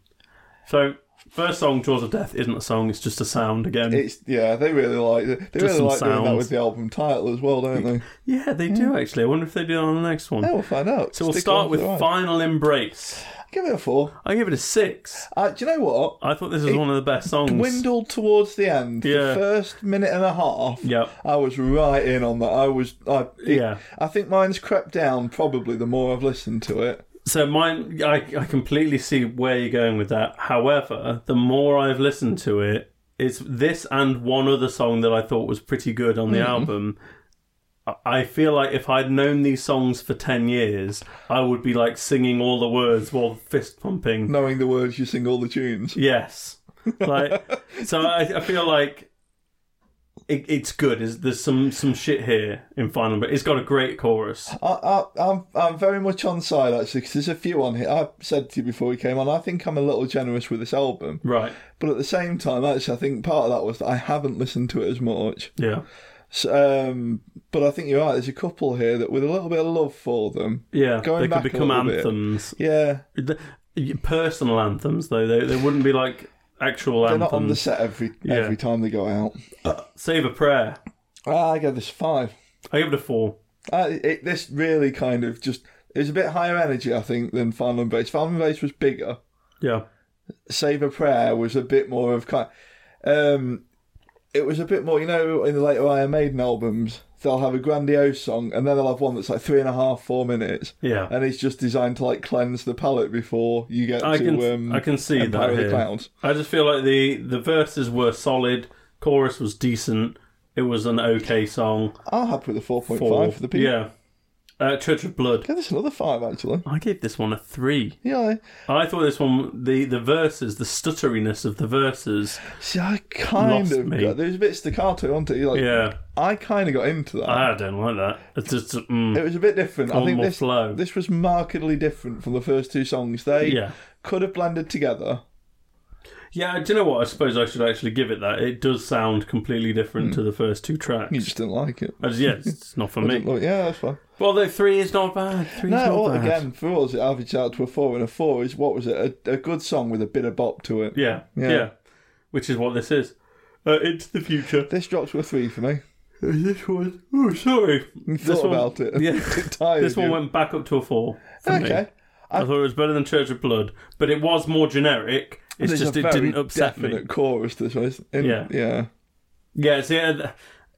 Speaker 5: So first song, Jaws of Death, isn't a song. It's just a sound again.
Speaker 4: it's yeah. They really like they really
Speaker 5: some
Speaker 4: like doing that
Speaker 5: sounds.
Speaker 4: with the album title as well, don't they?
Speaker 5: yeah, they do actually. I wonder if they do it on the next one.
Speaker 4: yeah, we'll find out.
Speaker 5: so
Speaker 4: Mm.
Speaker 5: we'll
Speaker 4: Oh, Stick
Speaker 5: start
Speaker 4: along
Speaker 5: with
Speaker 4: for the ride.
Speaker 5: Final Embrace.
Speaker 4: Give it a four.
Speaker 5: I give it a six.
Speaker 4: Uh, do you know what?
Speaker 5: I thought this was one of the best songs.
Speaker 4: Dwindled towards the end.
Speaker 5: Yeah.
Speaker 4: The first minute and a half.
Speaker 5: Yep.
Speaker 4: I was right in on that. I was. I, it-
Speaker 5: Yeah.
Speaker 4: I think mine's crept down probably the more I've listened to it.
Speaker 5: So mine, I, I completely see where you're going with that. However, the more I've listened to it, it's this and one other song that I thought was pretty good on the album. I- I feel like if I'd known these songs for 10 years, I would be like singing all the words while fist pumping.
Speaker 4: Knowing the words, you sing all the tunes.
Speaker 5: Yes. Like, so I, I feel like it, it's good. Is There's some, some shit here in Final, but it's got a great chorus.
Speaker 4: I, I, I'm I'm very much on side actually because there's a few on here. I said to you before we came on, I think I'm a little generous with this album,
Speaker 5: Right.
Speaker 4: but at the same time, actually, I think part of that was that I haven't listened to it as much.
Speaker 5: Yeah.
Speaker 4: So, um, but I think you're right. There's a couple here that with a little bit of love for them.
Speaker 5: Yeah.
Speaker 4: Going
Speaker 5: they could
Speaker 4: back a
Speaker 5: become
Speaker 4: little bit.
Speaker 5: anthems.
Speaker 4: Yeah,
Speaker 5: The- personal anthems though they, they wouldn't be like actual
Speaker 4: they're not on the
Speaker 5: anthems
Speaker 4: set every
Speaker 5: Yeah.
Speaker 4: every time they go out.
Speaker 5: save a prayer
Speaker 4: Ah, I give this five.
Speaker 5: i give it a four
Speaker 4: Uh, it, this really kind of just It was a bit higher energy, I think, than Final and Base. Final and Base was bigger.
Speaker 5: Yeah.
Speaker 4: Save a Prayer was a bit more of kind. Um, it was a bit more, you know, in the later Iron Maiden albums, they'll have a grandiose song, and then they'll have one that's like three and a half, four minutes,
Speaker 5: Yeah.
Speaker 4: and it's just designed to like cleanse the palate before you get
Speaker 5: I
Speaker 4: to
Speaker 5: can
Speaker 4: um,
Speaker 5: I can see
Speaker 4: Empire
Speaker 5: that.
Speaker 4: of the
Speaker 5: here.
Speaker 4: Clouds.
Speaker 5: I just feel like the the verses were solid, chorus was decent. It was an okay song.
Speaker 4: I'll happy with the four point
Speaker 5: For,
Speaker 4: five for the people.
Speaker 5: yeah, uh, Church of Blood.
Speaker 4: Give us another five actually.
Speaker 5: I gave this one a three.
Speaker 4: Yeah.
Speaker 5: I thought this one the the verses, the stutteriness of the verses.
Speaker 4: See, I kind
Speaker 5: Lost
Speaker 4: of
Speaker 5: me.
Speaker 4: got, there's a bit staccato, wasn't it? Like,
Speaker 5: Yeah, Ah.
Speaker 4: I kind of got into that.
Speaker 5: I don't like that. It's just mm,
Speaker 4: it was a bit different. I
Speaker 5: Gone
Speaker 4: think
Speaker 5: more
Speaker 4: this
Speaker 5: slow.
Speaker 4: this was markedly different from the first two songs. They
Speaker 5: yeah.
Speaker 4: could have blended together.
Speaker 5: Yeah, do you know what? I suppose I should actually give it that. It does sound completely different to the first two tracks.
Speaker 4: You just didn't like it.
Speaker 5: I just- yeah, it's it's not for
Speaker 4: Hmm. I didn't
Speaker 5: me.
Speaker 4: like- yeah, that's fine.
Speaker 5: Although three is not bad. Three is
Speaker 4: No,
Speaker 5: not
Speaker 4: well,
Speaker 5: bad.
Speaker 4: again, for us, it averaged out to a four, and a four is what was it? A, a good song with a bit of bop to it.
Speaker 5: Yeah,
Speaker 4: Yeah.
Speaker 5: yeah, Which is what this is. Uh, into the future.
Speaker 4: This dropped to a three for me.
Speaker 5: This one. Oh, sorry.
Speaker 4: You
Speaker 5: This
Speaker 4: thought
Speaker 5: one-
Speaker 4: about it.
Speaker 5: yeah.
Speaker 4: It tired
Speaker 5: This one
Speaker 4: Oh, you.
Speaker 5: went back up to a four. For me.
Speaker 4: okay.
Speaker 5: I thought it was better than Church of Blood, but it was more generic. It's
Speaker 4: There's
Speaker 5: just
Speaker 4: a
Speaker 5: it
Speaker 4: very
Speaker 5: didn't upset
Speaker 4: definite
Speaker 5: me.
Speaker 4: chorus. This one, isn't it?
Speaker 5: Yeah.
Speaker 4: yeah.
Speaker 5: Yeah, see, uh, th-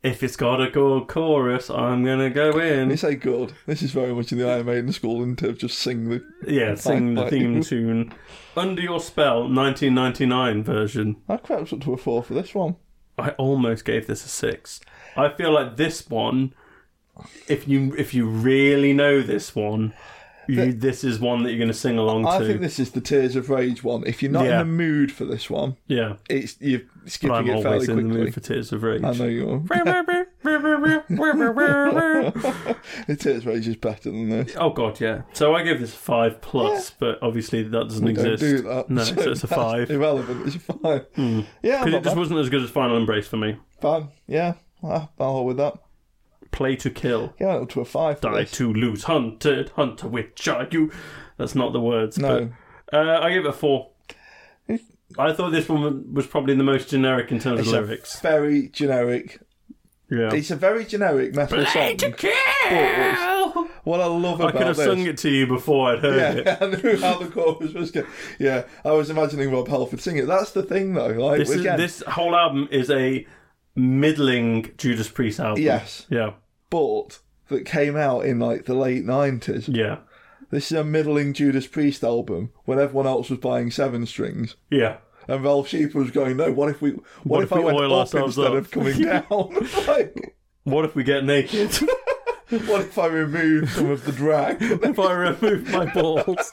Speaker 5: if it's got a good chorus, I'm gonna go
Speaker 4: They
Speaker 5: in.
Speaker 4: say good. This is very much in the Iron Maiden school in terms of just sing the.
Speaker 5: Yeah, sing the
Speaker 4: like-
Speaker 5: theme tune. Under Your Spell, 1999 version.
Speaker 4: I crept up to a four for this one.
Speaker 5: I almost gave this a six. I feel like this one, if you if you really know this one, you, this is one that you're going to sing along
Speaker 4: I
Speaker 5: to.
Speaker 4: think this is the Tears of Rage one. If you're not in
Speaker 5: Yeah.
Speaker 4: the mood for this one,
Speaker 5: yeah,
Speaker 4: it's you're skipping
Speaker 5: but I'm
Speaker 4: it fairly
Speaker 5: always in the
Speaker 4: quickly.
Speaker 5: mood for Tears of Rage.
Speaker 4: I know you are. The Tears of Rage is better than this.
Speaker 5: oh god, yeah. So I give this a five plus, but obviously that doesn't
Speaker 4: Don't
Speaker 5: exist.
Speaker 4: do that.
Speaker 5: No,
Speaker 4: So
Speaker 5: so it's a
Speaker 4: that's
Speaker 5: five.
Speaker 4: Irrelevant. It's a five. Yeah, I'm
Speaker 5: Because
Speaker 4: not
Speaker 5: it just
Speaker 4: bad.
Speaker 5: wasn't as good as Final Embrace for me.
Speaker 4: Fine. Yeah, I'll I'll hold with that.
Speaker 5: Play to kill.
Speaker 4: Yeah, up to a five. For
Speaker 5: Die
Speaker 4: this.
Speaker 5: to lose. Hunted. Hunter, which are you? That's not the words.
Speaker 4: No.
Speaker 5: But, uh, I give it a four. I thought this one was probably the most generic in terms
Speaker 4: It's
Speaker 5: of
Speaker 4: a
Speaker 5: lyrics. Oh.
Speaker 4: very generic.
Speaker 5: Yeah.
Speaker 4: It's a very generic metal song.
Speaker 5: kill!
Speaker 4: What I love
Speaker 5: I
Speaker 4: about
Speaker 5: could have
Speaker 4: this,
Speaker 5: sung it to you before I'd heard it.
Speaker 4: Yeah, I knew how the chorus was going. Yeah, I was imagining Rob Halford singing it. That's the thing, though. Like
Speaker 5: This, is,
Speaker 4: again,
Speaker 5: this whole album is a middling Judas Priest album.
Speaker 4: yes,
Speaker 5: Yeah.
Speaker 4: but that came out in like the late nineties.
Speaker 5: Yeah.
Speaker 4: This is a middling Judas Priest album when everyone else was buying seven strings.
Speaker 5: Yeah.
Speaker 4: And Ralph Sheeper was going, no, what if we, what,
Speaker 5: What
Speaker 4: if,
Speaker 5: if
Speaker 4: I
Speaker 5: we
Speaker 4: went
Speaker 5: oil
Speaker 4: up
Speaker 5: ourselves
Speaker 4: instead
Speaker 5: up?"
Speaker 4: of coming down? like,
Speaker 5: What if we get naked?
Speaker 4: what if I remove some of the drag?
Speaker 5: if I remove my balls?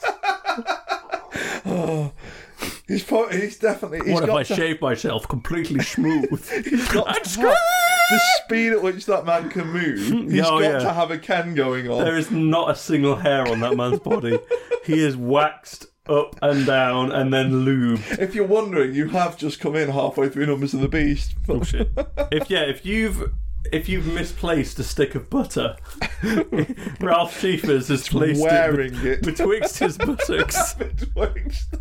Speaker 4: He's probably, he's definitely, he's
Speaker 5: what if
Speaker 4: got
Speaker 5: I
Speaker 4: to-
Speaker 5: shave myself completely smooth? I'd scream!
Speaker 4: the speed at which that man can move. He's got
Speaker 5: Oh, yeah.
Speaker 4: to have a can going on.
Speaker 5: There is not a single hair on that man's body. he is waxed up and down and then lubed.
Speaker 4: If you're wondering, you have just come in halfway through Numbers of the Beast.
Speaker 5: Bullshit. If yeah, if you've if you've misplaced a stick of butter, Ralph Sheafers has placed it
Speaker 4: Wearing it.
Speaker 5: betwixt his buttocks
Speaker 4: Betwixt.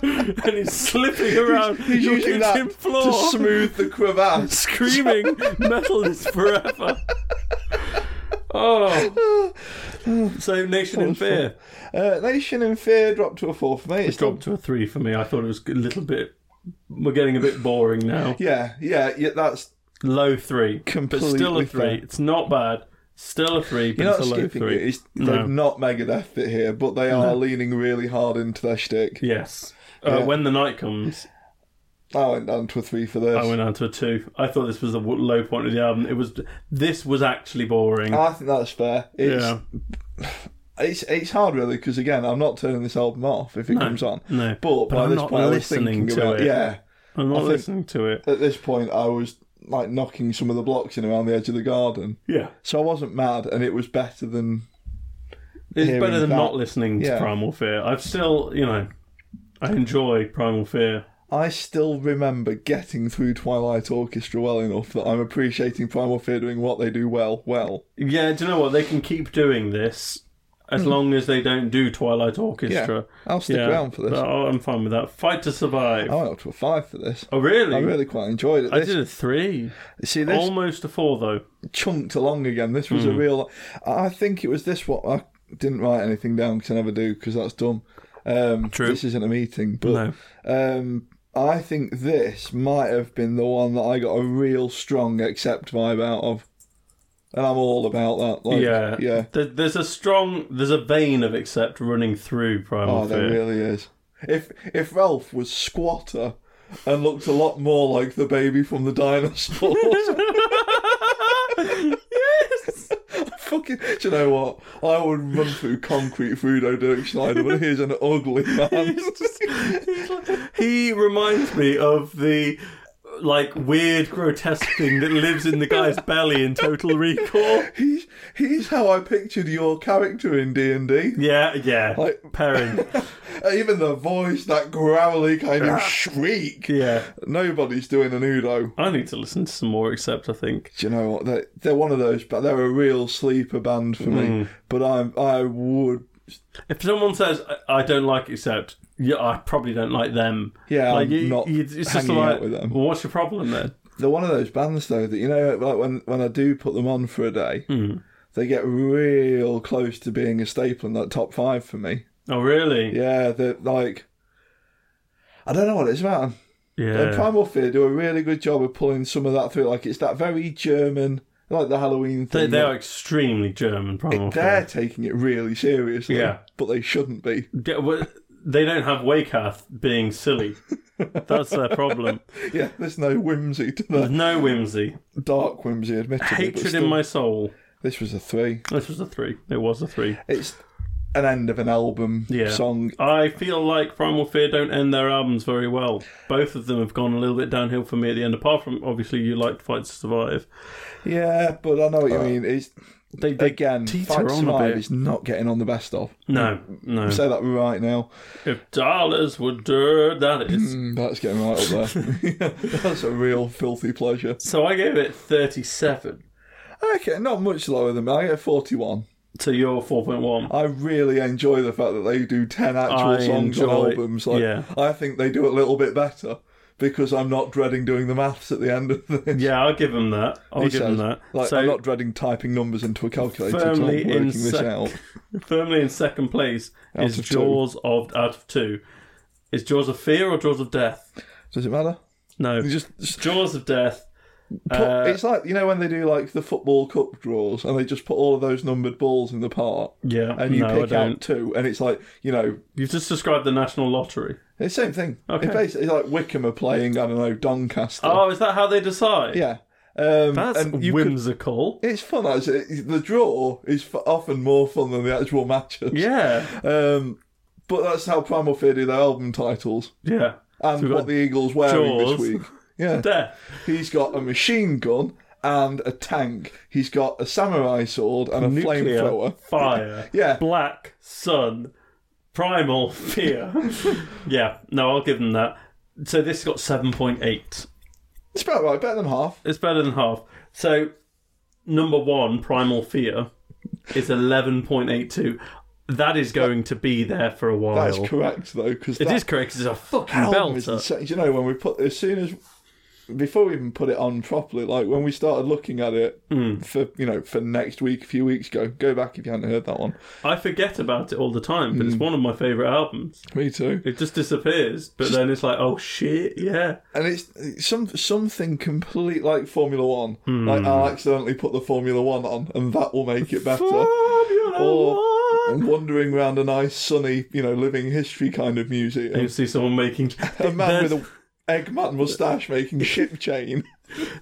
Speaker 5: and he's slipping around
Speaker 4: He's
Speaker 5: your
Speaker 4: using
Speaker 5: kitchen
Speaker 4: that
Speaker 5: floor,
Speaker 4: to smooth the crevasse.
Speaker 5: screaming "Metal is forever." Oh, so Nation in Fear
Speaker 4: Uh, Nation in Fear dropped to a four for me. It's
Speaker 5: dropped to a three for me. I thought it was a little bit. We're getting a bit boring now.
Speaker 4: yeah, yeah, yeah, that's.
Speaker 5: Low three, but still
Speaker 4: Completely
Speaker 5: a three.
Speaker 4: fair.
Speaker 5: It's not bad. Still a three, but
Speaker 4: You're not
Speaker 5: it's a low
Speaker 4: skipping
Speaker 5: three.
Speaker 4: it. It's,
Speaker 5: No.
Speaker 4: They've not Megadeth it here, but they are leaning really hard into their shtick.
Speaker 5: Yes. Uh,
Speaker 4: Yeah.
Speaker 5: When the night comes,
Speaker 4: I went down to a three for this.
Speaker 5: I went down to a two. I thought this was the w- low point of the album. It was. This was actually boring.
Speaker 4: I think that's fair. Ah, It's,
Speaker 5: yeah.
Speaker 4: it's it's hard really because again, I'm not turning this album off if it comes on.
Speaker 5: No.
Speaker 4: But, by
Speaker 5: I'm
Speaker 4: this
Speaker 5: not
Speaker 4: point, I was
Speaker 5: listening
Speaker 4: thinking
Speaker 5: to
Speaker 4: about
Speaker 5: it.
Speaker 4: yeah.
Speaker 5: I'm not
Speaker 4: think-
Speaker 5: listening to it.
Speaker 4: at this point I was like knocking some of the blocks in around the edge of the garden.
Speaker 5: Yeah.
Speaker 4: So I wasn't mad and it was better than
Speaker 5: It's
Speaker 4: hearing
Speaker 5: better than
Speaker 4: that-
Speaker 5: not listening to
Speaker 4: Yeah.
Speaker 5: Primal Fear. I've still, you know, I enjoy Primal Fear.
Speaker 4: I still remember getting through Twilight Orchestra well enough that I'm appreciating Primal Fear doing what they do well well.
Speaker 5: Yeah. Do you know what? They can keep doing this as long as they don't do Twilight Orchestra.
Speaker 4: Hmm. I'll stick around for this.
Speaker 5: but, oh, I'm fine with that. Fight to survive.
Speaker 4: I went up to a five for this.
Speaker 5: Oh, really?
Speaker 4: I really quite enjoyed it.
Speaker 5: I
Speaker 4: This,
Speaker 5: did a three.
Speaker 4: see this
Speaker 5: Almost a four, though. Hmm.
Speaker 4: chunked along again. This was a real I think it was this one I didn't write anything down because I never do because that's dumb. Um,
Speaker 5: True.
Speaker 4: This isn't a meeting, but um, I think this might have been the one that I got a real strong accept vibe out of, and I'm all about that. Like,
Speaker 5: yeah,
Speaker 4: yeah.
Speaker 5: There, there's a strong, there's a vein of accept running through Primal
Speaker 4: Oh, there
Speaker 5: Fear.
Speaker 4: really is. If if Ralph was squatter and looked a lot more like the baby from the dinosaurs,
Speaker 5: yes.
Speaker 4: fucking, do you know what? I would run through concrete through no Dirk Schneider, but he's an ugly man.
Speaker 5: He's just- he's like- he reminds me of the like weird, grotesque thing that lives in the guy's belly in Total Recall.
Speaker 4: He's he's how I pictured your character in D and D.
Speaker 5: Yeah, yeah.
Speaker 4: Like-
Speaker 5: Perrin.
Speaker 4: Uh, Even the voice, that growly kind of shriek.
Speaker 5: Yeah.
Speaker 4: Nobody's doing an Udo.
Speaker 5: I need to listen to some more accept, I think.
Speaker 4: Do you know what? They're, they're one of those, but they're a real sleeper band for
Speaker 5: Hmm.
Speaker 4: me. But I'm I would
Speaker 5: If someone says "I- I don't like accept, yeah, I probably don't like them.
Speaker 4: Yeah,
Speaker 5: like,
Speaker 4: I'm not hanging out with them.
Speaker 5: Well, what's your problem then?
Speaker 4: they're one of those bands though that you know like when when I do put them on for a day,
Speaker 5: Hmm.
Speaker 4: they get real close to being a staple in that top five for me.
Speaker 5: Oh, really?
Speaker 4: Yeah, they're like I don't know what it's about. And
Speaker 5: yeah.
Speaker 4: Primal Fear do a really good job of pulling some of that through. Like it's that very German, like the Halloween
Speaker 5: They,
Speaker 4: thing.
Speaker 5: they are extremely German primal.
Speaker 4: They're
Speaker 5: fear.
Speaker 4: taking it really seriously.
Speaker 5: Oh, Yeah.
Speaker 4: but they shouldn't be.
Speaker 5: Yeah, well, they don't have Wakath being silly. That's their problem.
Speaker 4: Yeah, there's no whimsy to
Speaker 5: There's
Speaker 4: that.
Speaker 5: no whimsy.
Speaker 4: Dark whimsy, admittedly. but
Speaker 5: Mm-hmm. Hatred
Speaker 4: still-
Speaker 5: in my soul.
Speaker 4: This was a three.
Speaker 5: This was a three. It was a three.
Speaker 4: It's an end of an album
Speaker 5: Yeah.
Speaker 4: song.
Speaker 5: I feel like Primal Fear don't end their albums very well. Both of them have gone a little bit downhill for me at the end, apart from obviously you liked Fight to Survive.
Speaker 4: Yeah, but I know what you
Speaker 5: Uh,
Speaker 4: mean. It's
Speaker 5: They, they
Speaker 4: again,
Speaker 5: teeter
Speaker 4: Fight
Speaker 5: on a
Speaker 4: Survive
Speaker 5: bit. Hmm.
Speaker 4: is not getting on the best of.
Speaker 5: No, no.
Speaker 4: Say that right now.
Speaker 5: If dollars were dirt, that is.
Speaker 4: Mm, that's getting right up there. that's a real filthy pleasure.
Speaker 5: so I gave it 37.
Speaker 4: Okay, not much lower than me. I get 41.
Speaker 5: So you're 4.1.
Speaker 4: I really enjoy the fact that they do 10 actual
Speaker 5: I
Speaker 4: songs on
Speaker 5: enjoy-
Speaker 4: albums. Like,
Speaker 5: yeah.
Speaker 4: I think they do it a little bit better because I'm not dreading doing the maths at the end of this.
Speaker 5: Yeah, I'll give them that. I'll give them that.
Speaker 4: Like,
Speaker 5: so
Speaker 4: I'm not dreading typing numbers into a calculator. so I'm
Speaker 5: Firmly
Speaker 4: working
Speaker 5: in
Speaker 4: this
Speaker 5: sec-
Speaker 4: out.
Speaker 5: firmly in second place
Speaker 4: Out
Speaker 5: is
Speaker 4: of two.
Speaker 5: Jaws of out of two. Is Jaws of Fear or Jaws of Death?
Speaker 4: Does it matter?
Speaker 5: No,
Speaker 4: You just, just
Speaker 5: Jaws of Death.
Speaker 4: put,
Speaker 5: Uh,
Speaker 4: it's like you know when they do like the football cup draws and they just put all of those numbered balls in the part
Speaker 5: Yeah,
Speaker 4: and you
Speaker 5: no, I
Speaker 4: pick
Speaker 5: don't.
Speaker 4: out two and it's like you know
Speaker 5: You've just described the National Lottery.
Speaker 4: it's the same thing.
Speaker 5: Okay.
Speaker 4: It basically, it's like Wickham are playing I don't know Doncaster.
Speaker 5: Oh, is that how they decide?
Speaker 4: Yeah. Um,
Speaker 5: That's
Speaker 4: and you could-
Speaker 5: whimsical.
Speaker 4: it's fun, actually. It's- The draw is f- often more fun than the actual matches.
Speaker 5: Yeah,
Speaker 4: Um, but that's how Primal Fear do their album titles
Speaker 5: yeah.
Speaker 4: and
Speaker 5: we've
Speaker 4: what
Speaker 5: got
Speaker 4: the Eagles wearing
Speaker 5: Jaws.
Speaker 4: this week. Yeah.
Speaker 5: Death.
Speaker 4: He's got a machine gun and a tank. He's got a samurai sword and a
Speaker 5: Nuclear.
Speaker 4: flamethrower.
Speaker 5: Fire.
Speaker 4: Yeah.
Speaker 5: Black Sun. Primal Fear. yeah. No, I'll give them that. So this got seven point eight.
Speaker 4: It's about right, better than half.
Speaker 5: It's better than half. So number one, Primal Fear, is eleven point eight two. That is going to be there for a while.
Speaker 4: That's correct though, because
Speaker 5: It is uh, correct 'cause it's a fucking
Speaker 4: album is
Speaker 5: belter.
Speaker 4: insane. You know, when we put as soon as before we even put it on properly, like when we started looking at it
Speaker 5: Hmm.
Speaker 4: for you know for next week, a few weeks ago. Go back if you hadn't heard that one.
Speaker 5: I forget about it all the time, but it's one of my favourite albums.
Speaker 4: Me too.
Speaker 5: It just disappears, but then it's like, oh shit, yeah.
Speaker 4: And it's it's some something complete like Formula One.
Speaker 5: Hmm.
Speaker 4: Like I'll accidentally put the Formula One on, and that will make it better. Or-
Speaker 5: Or...
Speaker 4: And wandering round a nice sunny, you know, living history kind of museum.
Speaker 5: You see someone making
Speaker 4: A man
Speaker 5: there's,
Speaker 4: with a Eggman mustache making ship chain.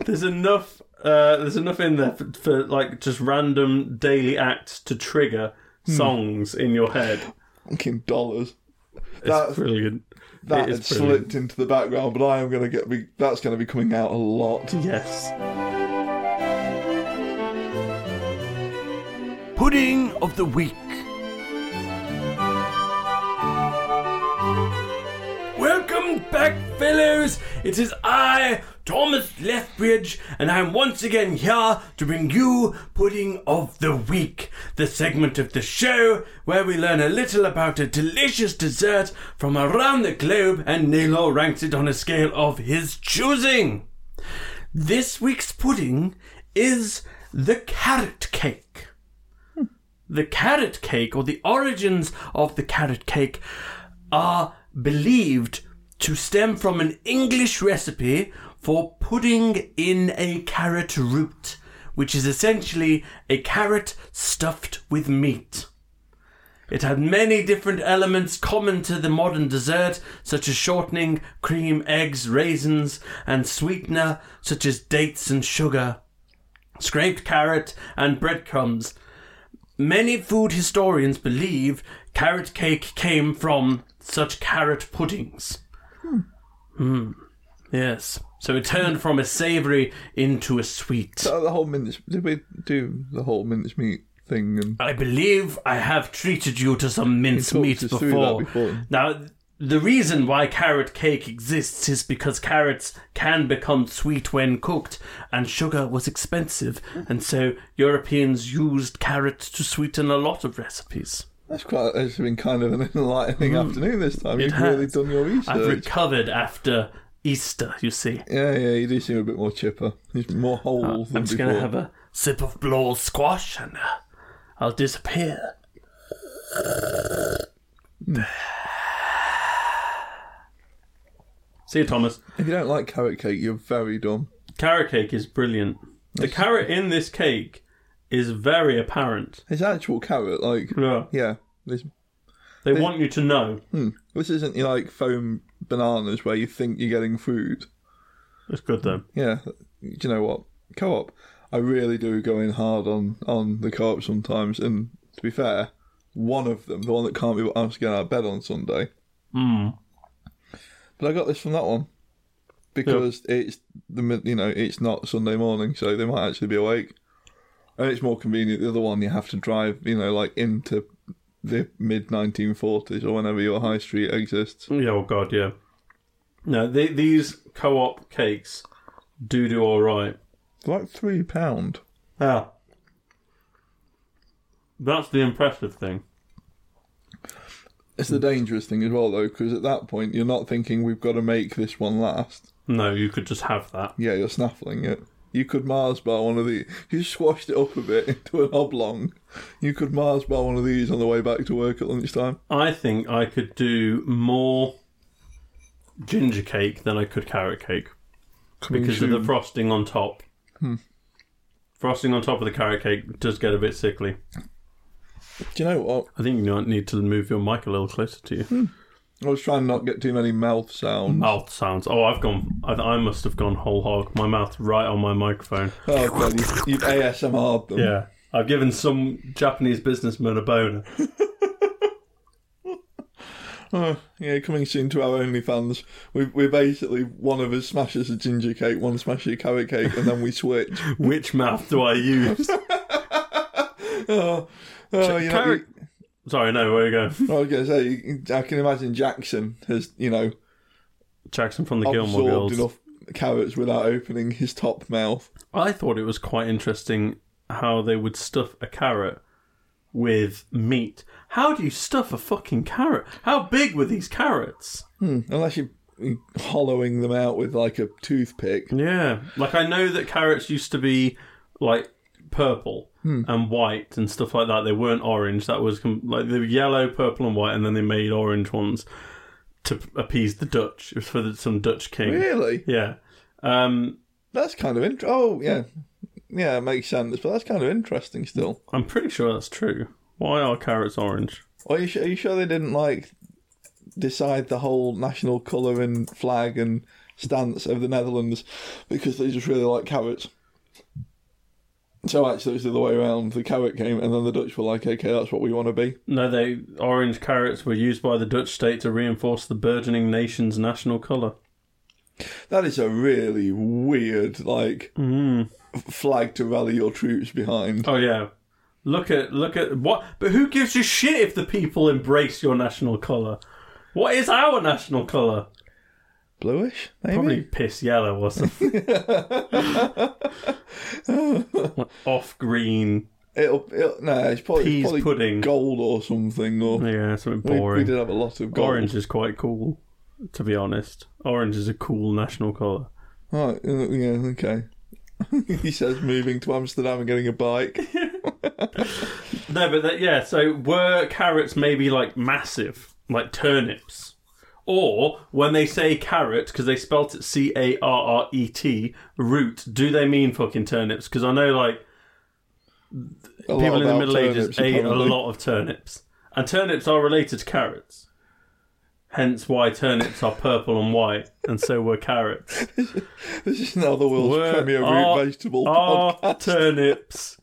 Speaker 5: there's enough uh, there's enough in there for, for like just random daily acts to trigger
Speaker 4: Hmm.
Speaker 5: songs in your head.
Speaker 4: Fucking dollars.
Speaker 5: It's
Speaker 4: That-
Speaker 5: brilliant.
Speaker 4: That
Speaker 5: it
Speaker 4: had
Speaker 5: is brilliant.
Speaker 4: slipped into the background, but I am going to get be, that's going to be coming out a lot.
Speaker 5: Yes.
Speaker 1: Pudding of the week.
Speaker 5: Welcome back, fellows. It is I, Thomas Lethbridge, and I'm once again here to bring you Pudding of the Week, the segment of the show where we learn a little about a delicious dessert from around the globe and Nilo ranks it on a scale of his choosing. This week's pudding is the carrot cake. the carrot cake or the origins of the carrot cake are believed to stem from an English recipe for pudding in a carrot root, which is essentially a carrot stuffed with meat. It had many different elements common to the modern dessert, such as shortening, cream, eggs, raisins, and sweetener, such as dates and sugar, scraped carrot, and breadcrumbs. Many food historians believe carrot cake came from such carrot puddings. Hmm. Yes. So it turned from a savoury into a sweet.
Speaker 4: So Uh, the whole mince. Did we do the whole mince meat thing? And
Speaker 5: I believe I have treated you to some mince meat
Speaker 4: us through that
Speaker 5: before.
Speaker 4: before.
Speaker 5: Now, th- the reason why carrot cake exists is because carrots can become sweet when cooked, and sugar was expensive, and so Europeans used carrots to sweeten a lot of recipes.
Speaker 4: that's quite. It's been kind of an enlightening afternoon this time. You've really
Speaker 5: Hmm. has.
Speaker 4: done your
Speaker 5: I've
Speaker 4: research.
Speaker 5: recovered after Easter, you see.
Speaker 4: yeah, yeah. You do seem a bit more chipper. He's more whole than
Speaker 5: Uh, I'm just
Speaker 4: before.
Speaker 5: going to have a sip of blow squash and uh, I'll disappear. See you, Thomas.
Speaker 4: If you don't like carrot cake, you're very dumb.
Speaker 5: Carrot cake is brilliant. The carrot in this cake is very apparent.
Speaker 4: It's actual carrot, like
Speaker 5: Yeah.
Speaker 4: yeah. This
Speaker 5: They want you to know.
Speaker 4: this isn't you know, like foam bananas where you think you're getting food.
Speaker 5: It's good though.
Speaker 4: Yeah, do you know what? Co-op. I really do go in hard on on the co-op sometimes, and to be fair, one of them, the one that can't be asked to get out of bed on Sunday. But I got this from that one because it's the mid- you know it's not Sunday morning, so they might actually be awake, and it's more convenient. The other one you have to drive, you know, like into the mid 1940s or whenever your high street exists.
Speaker 5: Yeah, oh god, yeah. No, they, these co op cakes do do alright.
Speaker 4: Like three pound.
Speaker 5: Yeah. That's the impressive thing.
Speaker 4: It's the dangerous thing as well, though, because at that point you're not thinking we've got to make this one last.
Speaker 5: No, you could just have that.
Speaker 4: Yeah, you're snaffling it. You could Mars bar one of these. You squashed it up a bit into an oblong. You could Mars bar one of these on the way back to work at lunchtime.
Speaker 5: I think I could do more ginger cake than I could carrot cake because of the frosting on top.
Speaker 4: Hmm.
Speaker 5: Frosting on top of the carrot cake does get a bit sickly.
Speaker 4: Do you know what?
Speaker 5: I think you might need to move your mic a little closer to you.
Speaker 4: Hmm. I was trying not to get too many mouth sounds.
Speaker 5: Mouth sounds. Oh, I've gone. I, I must have gone whole hog. My mouth right on my microphone.
Speaker 4: Oh, God, you've, you've ASMR'd them.
Speaker 5: Yeah, I've given some Japanese businessman a boner.
Speaker 4: Oh, yeah, coming soon to our OnlyFans. We, we're basically, one of us smashes a ginger cake, one smashes a carrot cake, and then we switch.
Speaker 5: Which mouth do I use?
Speaker 4: Oh, oh, you know,
Speaker 5: carrot- Sorry, no. Where you go?
Speaker 4: I was going to say, I can imagine Jackson has, you know,
Speaker 5: Jackson from the Gilmore
Speaker 4: absorbed
Speaker 5: Girls.
Speaker 4: enough carrots without opening his top mouth.
Speaker 5: I thought it was quite interesting how they would stuff a carrot with meat. How do you stuff a fucking carrot? How big were these carrots?
Speaker 4: Unless you're hollowing them out with like a toothpick.
Speaker 5: Yeah, like I know that carrots used to be like purple and white and stuff like that. They weren't orange. That was com- like they were yellow, purple, and white, and then they made orange ones to p- appease the Dutch. It was for the, some Dutch king.
Speaker 4: Really?
Speaker 5: Yeah. Um,
Speaker 4: That's kind of interesting. Oh, yeah. Yeah, it makes sense, but that's kind of interesting still.
Speaker 5: I'm pretty sure that's true. Why are carrots orange?
Speaker 4: Are you, su- are you sure they didn't like decide the whole national colour and flag and stance of the Netherlands because they just really like carrots? So actually, it's the other way around. The carrot came, and then the Dutch were like, "Okay, that's what we want to be."
Speaker 5: No, they orange carrots were used by the Dutch state to reinforce the burgeoning nation's national colour.
Speaker 4: That is a really weird like
Speaker 5: Mm-hmm.
Speaker 4: f- flag to rally your troops behind.
Speaker 5: Oh yeah. Look at look at what but who gives a shit if the people embrace your national colour? What is our national colour?
Speaker 4: Bluish, maybe.
Speaker 5: Probably piss yellow or something. Off green.
Speaker 4: It'll, it'll no, it's probably,
Speaker 5: Peas
Speaker 4: it's probably
Speaker 5: pudding.
Speaker 4: gold or something. Or
Speaker 5: Yeah, something
Speaker 4: we,
Speaker 5: boring.
Speaker 4: we did have a lot of gold.
Speaker 5: Orange is quite cool, to be honest. Orange is a cool national colour.
Speaker 4: Right, uh, yeah, okay. he says moving to Amsterdam and getting a bike.
Speaker 5: No, but that, yeah. So were carrots maybe like massive, like turnips, or when they say carrot because they spelt it C A R R E T root, do they mean fucking turnips? Because I know like
Speaker 4: A lot
Speaker 5: people in the
Speaker 4: about
Speaker 5: Middle
Speaker 4: turnips,
Speaker 5: Ages ate
Speaker 4: apparently.
Speaker 5: a lot of turnips, and turnips are related to carrots. Hence, why turnips are purple and white, and so were carrots.
Speaker 4: This is now the world's
Speaker 5: Were-
Speaker 4: premier
Speaker 5: are-
Speaker 4: root vegetable
Speaker 5: Are
Speaker 4: podcast.
Speaker 5: turnips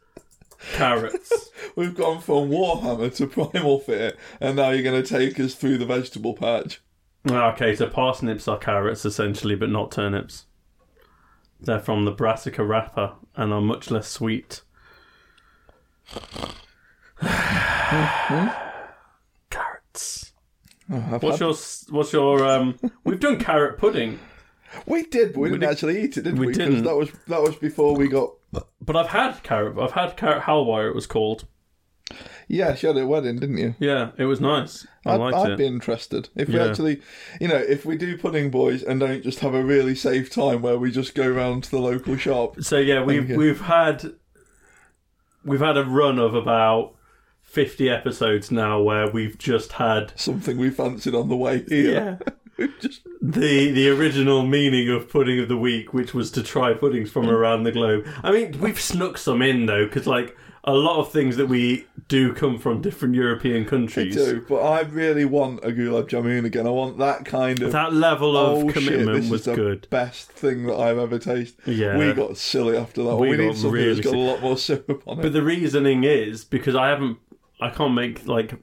Speaker 5: carrots?
Speaker 4: We've gone from Warhammer to Primal Fear, and now you're going to take us through the vegetable patch.
Speaker 5: Okay, so parsnips are carrots essentially, but not turnips. They're from the Brassica wrapper and are much less sweet. carrots.
Speaker 4: Oh, I've
Speaker 5: What's your s- What's your um? We've done carrot pudding,
Speaker 4: We did, but we, didn't actually eat it, did
Speaker 5: we
Speaker 4: we? 'Cause
Speaker 5: didn't.
Speaker 4: That was that was before we got.
Speaker 5: but I've had carrot. I've had carrot halwa. It was called.
Speaker 4: Yeah, she had it at a wedding, didn't you?
Speaker 5: Yeah, it was nice. I
Speaker 4: I'd,
Speaker 5: liked
Speaker 4: I'd
Speaker 5: it.
Speaker 4: be interested if we
Speaker 5: Yeah.
Speaker 4: actually, you know, if we do pudding boys and don't just have a really safe time where we just go round to the local shop.
Speaker 5: So yeah, we've
Speaker 4: Thank you.
Speaker 5: we've had we've had a run of about fifty episodes now where we've just had
Speaker 4: Something we fancied on the way here. just
Speaker 5: the the original meaning of pudding of the week, which was to try puddings
Speaker 4: Mm.
Speaker 5: from around the globe. I mean, we've snuck some in though, because like a lot of things that we do come from different European countries.
Speaker 4: do. But I really want a gulab jamun again. I want that kind of.
Speaker 5: That level of
Speaker 4: oh shit,
Speaker 5: commitment
Speaker 4: this
Speaker 5: was
Speaker 4: is the
Speaker 5: good.
Speaker 4: best thing that I've ever tasted.
Speaker 5: Yeah.
Speaker 4: We got silly after that. We,
Speaker 5: We
Speaker 4: we
Speaker 5: got
Speaker 4: need something
Speaker 5: really
Speaker 4: that's got a
Speaker 5: silly.
Speaker 4: lot more syrup on it.
Speaker 5: But the reasoning is because I haven't, I can't make like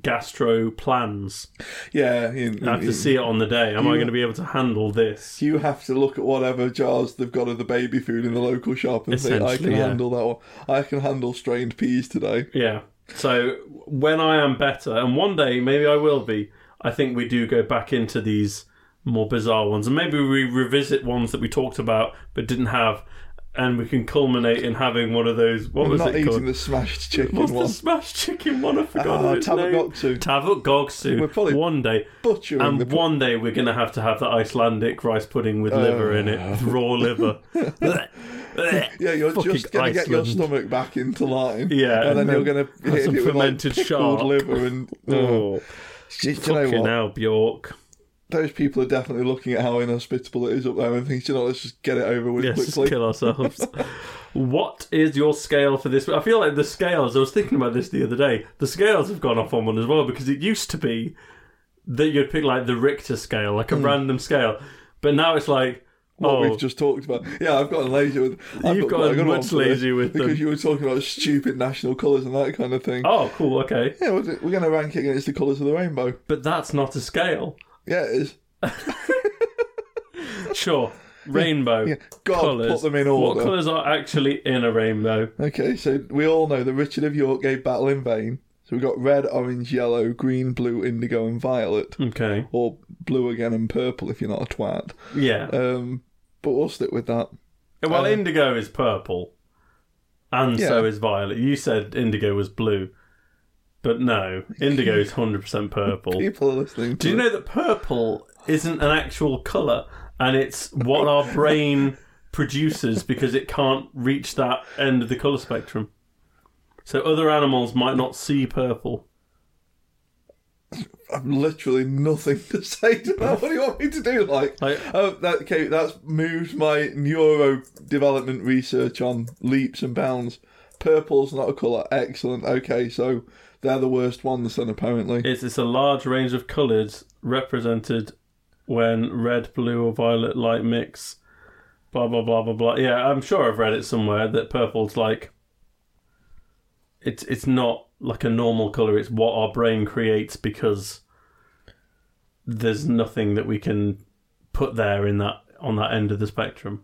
Speaker 5: gastro plans.
Speaker 4: yeah, you,
Speaker 5: I have to
Speaker 4: you-
Speaker 5: see it on the day. Am I going to be able to handle this?
Speaker 4: you have to look at whatever jars they've got of the baby food in the local shop and think, I can
Speaker 5: Essentially, yeah.
Speaker 4: handle that one. I can handle strained peas today.
Speaker 5: Yeah. So when I am better, and one day maybe I will be, I think we do go back into these more bizarre ones, and maybe we revisit ones that we talked about but didn't have, and we can culminate in having one of those. What
Speaker 4: I'm
Speaker 5: was
Speaker 4: not
Speaker 5: it
Speaker 4: eating
Speaker 5: called?
Speaker 4: the smashed chicken
Speaker 5: What's
Speaker 4: one.
Speaker 5: the smashed chicken one? I forgot
Speaker 4: Ah,
Speaker 5: its name.
Speaker 4: Tamagotchi.
Speaker 5: Tavuk Gogsu.
Speaker 4: We're probably-
Speaker 5: one day,
Speaker 4: Butchering
Speaker 5: and
Speaker 4: the
Speaker 5: one day we're gonna have to have that Icelandic rice pudding with liver in it,
Speaker 4: Uh.
Speaker 5: raw liver.
Speaker 4: Oh, Yeah, you're
Speaker 5: Fucking
Speaker 4: just going to get your
Speaker 5: Iceland.
Speaker 4: stomach back into line.
Speaker 5: Yeah,
Speaker 4: And then
Speaker 5: and
Speaker 4: you're going
Speaker 5: then
Speaker 4: to hit
Speaker 5: some
Speaker 4: it with like
Speaker 5: fermented
Speaker 4: pickled
Speaker 5: shark.
Speaker 4: liver and... Oh.
Speaker 5: Oh,
Speaker 4: Do you know
Speaker 5: fucking
Speaker 4: what?
Speaker 5: hell, Bjork.
Speaker 4: Those people are definitely looking at how inhospitable it is up there and thinking, you know, let's just get it over with
Speaker 5: Yes,
Speaker 4: quickly.
Speaker 5: kill ourselves. what is your scale for this? I feel like the scales. I was thinking about this the other day. The scales have gone off on one as well because it used to be that you'd pick like the Richter scale, like a random scale, but now it's like
Speaker 4: Hmm. what
Speaker 5: oh,
Speaker 4: we've just talked about. Yeah, I've gotten lazy with. I've
Speaker 5: You've
Speaker 4: quite a
Speaker 5: gotten
Speaker 4: good one
Speaker 5: much
Speaker 4: for this
Speaker 5: lazy with
Speaker 4: because
Speaker 5: them.
Speaker 4: you were talking about stupid national colours and that kind of thing.
Speaker 5: oh, cool, okay,
Speaker 4: Yeah, we're, we're going to rank it against the colours of the rainbow.
Speaker 5: but that's not a scale.
Speaker 4: Yeah, it is.
Speaker 5: Sure, rainbow.
Speaker 4: Yeah, God,
Speaker 5: colours.
Speaker 4: put them in
Speaker 5: What
Speaker 4: order.
Speaker 5: colours are actually in a rainbow?
Speaker 4: Okay, so we all know that Richard of York gave battle in vain. So we've got red, orange, yellow, green, blue, indigo, and violet.
Speaker 5: Okay,
Speaker 4: Or blue again and purple if you're not a twat.
Speaker 5: yeah.
Speaker 4: Um, but we'll stick with that.
Speaker 5: well,
Speaker 4: uh,
Speaker 5: indigo is purple, and so
Speaker 4: Yeah.
Speaker 5: is violet. You said indigo was blue, but no, indigo is hundred percent purple.
Speaker 4: People are listening to
Speaker 5: Do you
Speaker 4: it.
Speaker 5: know that purple isn't an actual color, and it's what our brain produces because it can't reach that end of the color spectrum. So other animals might not see purple.
Speaker 4: I've literally nothing to say to that. What do you want me to do? Like,
Speaker 5: Like-
Speaker 4: oh, that, okay, that's moved my neurodevelopment research on leaps and bounds. Purple's not a colour. Excellent. Okay, so they're the worst ones then, apparently.
Speaker 5: It's it's a large range of colours represented when red, blue, or violet light mix. Blah blah blah blah blah. Yeah, I'm sure I've read it somewhere that purple's like. It's it's not like a normal color. It's what our brain creates because there's nothing that we can put there in that on that end of the spectrum.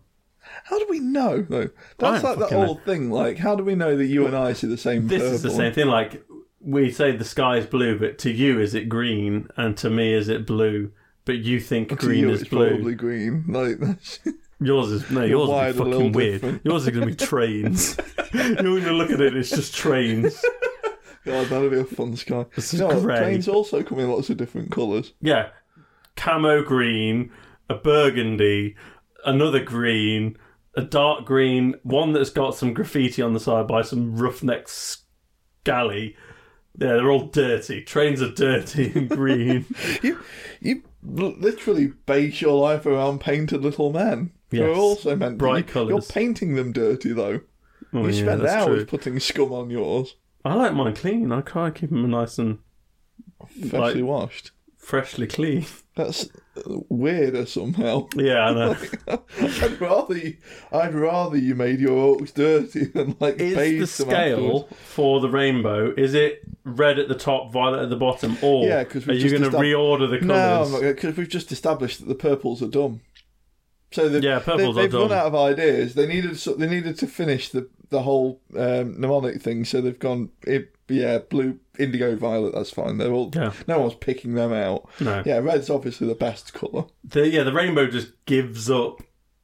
Speaker 4: How do we know though? That's
Speaker 5: don't
Speaker 4: like that
Speaker 5: fucking know.
Speaker 4: old thing. Like, how do we know that you and I see the same?
Speaker 5: This
Speaker 4: purple?
Speaker 5: is the same thing. Like we say, the sky is blue, but to you is it green, and to me is it blue. But you think
Speaker 4: To
Speaker 5: green
Speaker 4: you,
Speaker 5: is
Speaker 4: it's
Speaker 5: blue.
Speaker 4: probably green. Like, that's-
Speaker 5: Yours is no, yours would
Speaker 4: wired
Speaker 5: be
Speaker 4: a little
Speaker 5: fucking weird.
Speaker 4: different.
Speaker 5: Yours is gonna be trains. You're gonna look at it, it's just trains.
Speaker 4: God, that'd be a fun sky.
Speaker 5: This is
Speaker 4: You know what?
Speaker 5: grey.
Speaker 4: Trains also come in lots of different colours.
Speaker 5: Yeah, camo green, a burgundy, another green, a dark green, one that's got some graffiti on the side by some roughnecks galley. Yeah, they're all dirty. Trains are dirty and green.
Speaker 4: You, you l- literally base your life around painted little men. who are
Speaker 5: Yes.
Speaker 4: also meant to-
Speaker 5: Bright
Speaker 4: you- You're
Speaker 5: colours.
Speaker 4: painting them dirty though.
Speaker 5: Oh,
Speaker 4: You
Speaker 5: yeah,
Speaker 4: spend
Speaker 5: that's
Speaker 4: hours
Speaker 5: true.
Speaker 4: putting scum on yours,
Speaker 5: I like mine clean. I can't keep them nice and
Speaker 4: freshly washed.
Speaker 5: freshly clean.
Speaker 4: That's uh, weirder somehow.
Speaker 5: Yeah, I know.
Speaker 4: I'd rather you, I'd rather you made your oaks dirty than like
Speaker 5: is the
Speaker 4: bathe them afterwards.
Speaker 5: scale for the rainbow is it red at the top violet at the bottom or
Speaker 4: Yeah, 'cause
Speaker 5: are
Speaker 4: we've
Speaker 5: you
Speaker 4: just
Speaker 5: going to
Speaker 4: estab-
Speaker 5: reorder the colours
Speaker 4: No, because we've just established that the purples are dumb. So they've,
Speaker 5: Yeah, purples
Speaker 4: they,
Speaker 5: are
Speaker 4: they've run
Speaker 5: dumb.
Speaker 4: out of ideas. They needed so- they needed to finish the the whole um, mnemonic thing. So they've gone it, yeah blue, indigo, violet. That's fine. They're all
Speaker 5: Yeah.
Speaker 4: no one's picking them out.
Speaker 5: No.
Speaker 4: Yeah, red's obviously the best color.
Speaker 5: the, yeah the rainbow just gives up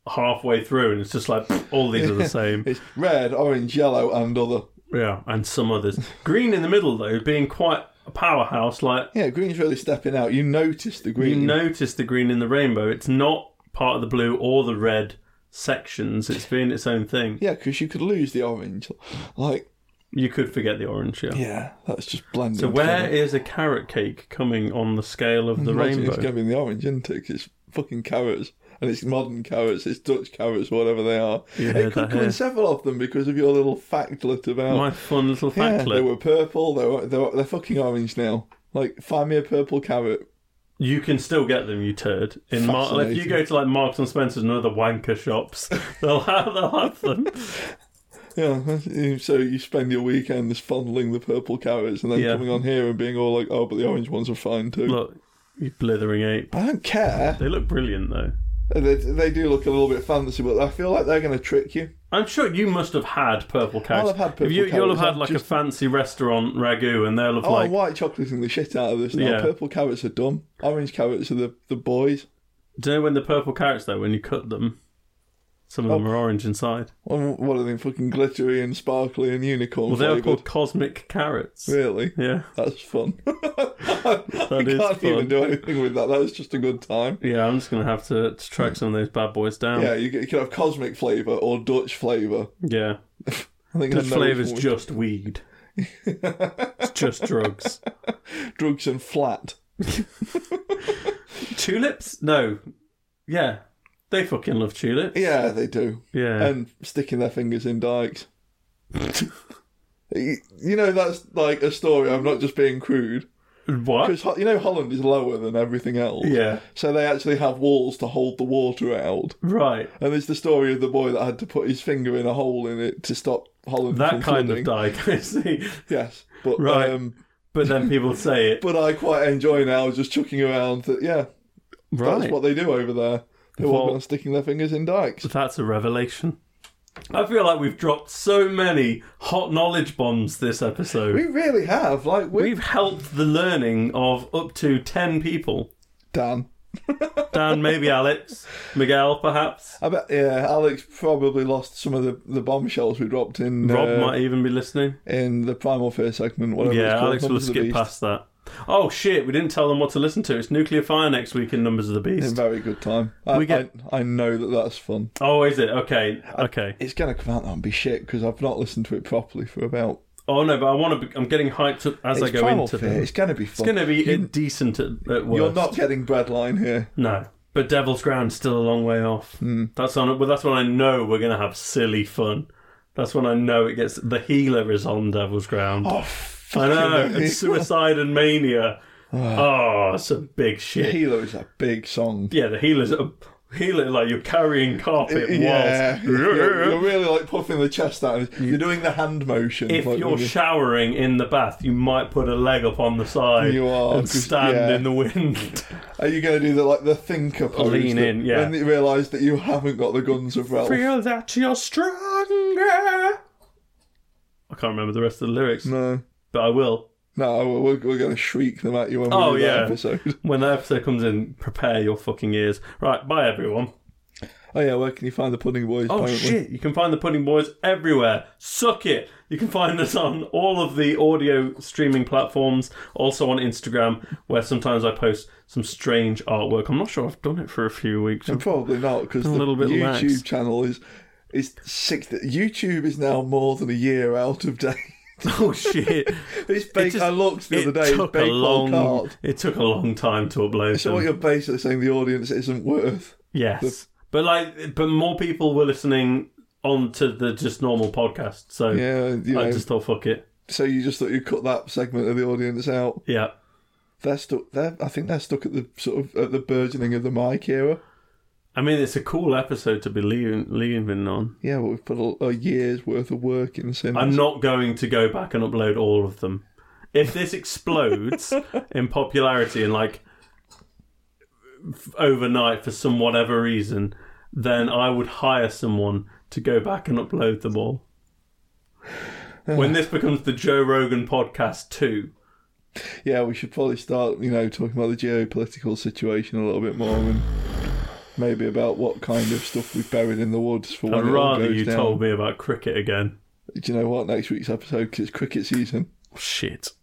Speaker 5: halfway through and it's just like all these are the same
Speaker 4: It's red, orange, yellow, and other.
Speaker 5: yeah and some others green in the middle though being quite a powerhouse like
Speaker 4: Yeah, green's really stepping out. You notice the
Speaker 5: you
Speaker 4: green.
Speaker 5: notice the green in the rainbow it's not part of the blue or the red sections it's being its own thing
Speaker 4: yeah, because you could lose the orange. Like
Speaker 5: you could forget the orange yeah,
Speaker 4: yeah, that's just blending.
Speaker 5: so where is a carrot cake coming on the scale of the rainbow
Speaker 4: It's going to be the orange, isn't it? 'Cause it's fucking carrots. And it's modern carrots, it's Dutch carrots, whatever they are.
Speaker 5: You
Speaker 4: it
Speaker 5: heard
Speaker 4: could
Speaker 5: that
Speaker 4: come in
Speaker 5: here.
Speaker 4: several of them because of your little factlet about.
Speaker 5: My fun little
Speaker 4: Oh. yeah,
Speaker 5: factlet.
Speaker 4: they were purple, they were, they were, they're fucking orange now. Like, find me a purple carrot.
Speaker 5: You can still get them, you turd. In Mar- if you
Speaker 4: Fascinating.
Speaker 5: go to like Marks and Spencer's and other wanker shops, they'll have, they'll have them.
Speaker 4: Yeah, that's- so you spend your weekends fondling the purple carrots and then
Speaker 5: Yeah.
Speaker 4: coming on here and being all like, oh, but the orange ones are fine too.
Speaker 5: Look, you blithering ape.
Speaker 4: I don't care.
Speaker 5: They look brilliant though.
Speaker 4: They, they do look a little bit fancy, but I feel like they're going to trick you.
Speaker 5: I'm sure you must have had purple carrots.
Speaker 4: have had purple
Speaker 5: If you, You'll have
Speaker 4: carrots,
Speaker 5: had
Speaker 4: I've
Speaker 5: like
Speaker 4: just-
Speaker 5: a fancy restaurant ragu, and they'll have
Speaker 4: Oh,
Speaker 5: like
Speaker 4: white chocolating the shit out of this now.
Speaker 5: Yeah.
Speaker 4: Purple carrots are dumb. Orange carrots are the, the boys.
Speaker 5: do you know when the purple carrots though? When you cut them, some of
Speaker 4: Oh.
Speaker 5: them are orange inside.
Speaker 4: What what are they fucking glittery and sparkly and unicorn
Speaker 5: Well, they're
Speaker 4: flavored?
Speaker 5: called cosmic carrots.
Speaker 4: Really?
Speaker 5: Yeah,
Speaker 4: That's fun. I
Speaker 5: is
Speaker 4: can't
Speaker 5: fun.
Speaker 4: even do anything with that. That was just a good time.
Speaker 5: yeah. I'm just gonna have to, to track some of those bad boys down.
Speaker 4: Yeah, you, c- you can have cosmic flavour or Dutch flavour.
Speaker 5: yeah.
Speaker 4: I think I
Speaker 5: The
Speaker 4: know
Speaker 5: flavour's
Speaker 4: which
Speaker 5: just weed. it's just drugs.
Speaker 4: one. drugs and flat.
Speaker 5: Tulips? No. Yeah. They fucking love tulips.
Speaker 4: Yeah, they do.
Speaker 5: Yeah.
Speaker 4: And sticking their fingers in dykes. you you know, that's like a story. I'm not just being crude.
Speaker 5: what?
Speaker 4: Because, you know, Holland is lower than everything else.
Speaker 5: Uh, Yeah.
Speaker 4: So they actually have walls to hold the water out.
Speaker 5: Right.
Speaker 4: And there's the story of the boy that had to put his finger in a hole in it to stop Holland from
Speaker 5: That kind
Speaker 4: flooding.
Speaker 5: of dyke, I see.
Speaker 4: Yes, but
Speaker 5: Right.
Speaker 4: um,
Speaker 5: But then people say it.
Speaker 4: but I quite enjoy now just chucking around that. Yeah, that's
Speaker 5: right.
Speaker 4: what they do over there. They're
Speaker 5: Well-
Speaker 4: walking around sticking their fingers in dikes.
Speaker 5: That's a revelation. I feel like we've dropped so many hot knowledge bombs this episode.
Speaker 4: We really have like we
Speaker 5: We've helped the learning of up to 10 people.
Speaker 4: Dan.
Speaker 5: Dan, maybe Alex, Miguel, perhaps.
Speaker 4: I bet yeah. Alex probably lost some of the, the bombshells we dropped in
Speaker 5: Rob
Speaker 4: uh,
Speaker 5: might even be listening.
Speaker 4: in the primal fear segment. Whatever it's
Speaker 5: Yeah,
Speaker 4: called,
Speaker 5: Alex will
Speaker 4: Numbers of the
Speaker 5: skip
Speaker 4: Beast.
Speaker 5: past that. Oh shit, we didn't tell them what to listen to. It's Nuclear Fire next week in Numbers of the
Speaker 4: It's a
Speaker 5: Beast.
Speaker 4: very good time. I,
Speaker 5: We get-
Speaker 4: I, I know that that's fun.
Speaker 5: Oh, is it? Okay, okay.
Speaker 4: It's gonna come out and be shit because I've not listened to it properly for about.
Speaker 5: Oh no, but I want to. Be, I'm getting hyped up as I
Speaker 4: It's
Speaker 5: go
Speaker 4: primal
Speaker 5: into
Speaker 4: fear.
Speaker 5: them.
Speaker 4: It's gonna be
Speaker 5: It's
Speaker 4: fun.
Speaker 5: going to be indecent at, at worst.
Speaker 4: You're not getting breadline here.
Speaker 5: No, but Devil's Ground's still a long way off.
Speaker 4: Hmm.
Speaker 5: That's on. Well, that's when I know we're going to have silly fun. That's when I know it gets. The healer is on Devil's Ground.
Speaker 4: Oh,
Speaker 5: I know.
Speaker 4: fucking
Speaker 5: It's suicide and mania. oh, it's a big shit.
Speaker 4: Halo is a big song.
Speaker 5: Yeah, the healer's a healer like you're carrying carpet
Speaker 4: Yeah,
Speaker 5: walls.
Speaker 4: you're, you're really like puffing the chest out. You're doing the hand motion.
Speaker 5: If
Speaker 4: like,
Speaker 5: you're
Speaker 4: when
Speaker 5: showering in the bath, you might put a leg up on the side
Speaker 4: You are,
Speaker 5: and
Speaker 4: 'cause-
Speaker 5: stand
Speaker 4: yeah.
Speaker 5: in the wind.
Speaker 4: are you going to do the like the thinker pose?
Speaker 5: Lean
Speaker 4: that-
Speaker 5: in, yeah.
Speaker 4: When you realise that you haven't got the guns of Ralph.
Speaker 5: Feel that you're stronger. I can't remember the rest of the lyrics,
Speaker 4: No,
Speaker 5: but I will.
Speaker 4: no, we're, we're going to shriek them at you when we
Speaker 5: Oh,
Speaker 4: do that
Speaker 5: yeah.
Speaker 4: episode.
Speaker 5: When the episode comes in, prepare your fucking ears. Right, bye everyone.
Speaker 4: Oh yeah, where can you find the Pudding Boys?
Speaker 5: Oh
Speaker 4: apparently?
Speaker 5: shit, you can find the Pudding Boys everywhere. Suck it. You can find us on all of the audio streaming platforms, also on Instagram, where sometimes I post some strange artwork. I'm not sure I've done it for a few weeks. Oh,
Speaker 4: Probably not because the
Speaker 5: little bit
Speaker 4: YouTube
Speaker 5: lax.
Speaker 4: channel is is six. YouTube is now more than a year out of date.
Speaker 5: Oh shit!
Speaker 4: It's big.
Speaker 5: just-
Speaker 4: I looked the
Speaker 5: it
Speaker 4: other day. It's
Speaker 5: took a
Speaker 4: big long...
Speaker 5: long.
Speaker 4: card.
Speaker 5: It took a long time to upload
Speaker 4: So
Speaker 5: them.
Speaker 4: what you're basically saying the audience isn't worth.
Speaker 5: Yes, but like, but more people were listening on to the just normal podcast. So
Speaker 4: Yeah, you know.
Speaker 5: I just thought, fuck it.
Speaker 4: So you just thought you'd cut that segment of the audience out.
Speaker 5: Yeah.
Speaker 4: They're stuck. They're, I think they're stuck at the sort of at the burgeoning of the mic era.
Speaker 5: I mean, it's a cool episode to be leaving, leaving on.
Speaker 4: Yeah, but we've put a, a year's worth of work in since.
Speaker 5: I'm not going to go back and upload all of them. If this explodes in popularity and like f- overnight for some whatever reason, then I would hire someone to go back and upload them all. when this becomes the Joe Rogan podcast too,
Speaker 4: Yeah, we should probably start, you know, talking about the geopolitical situation a little bit more and maybe about what kind of stuff we've buried in the woods for
Speaker 5: I'd
Speaker 4: when it all
Speaker 5: rather
Speaker 4: goes
Speaker 5: you
Speaker 4: down.
Speaker 5: told me about cricket again.
Speaker 4: Do you know what? Next week's episode because it's cricket season.
Speaker 5: Shit.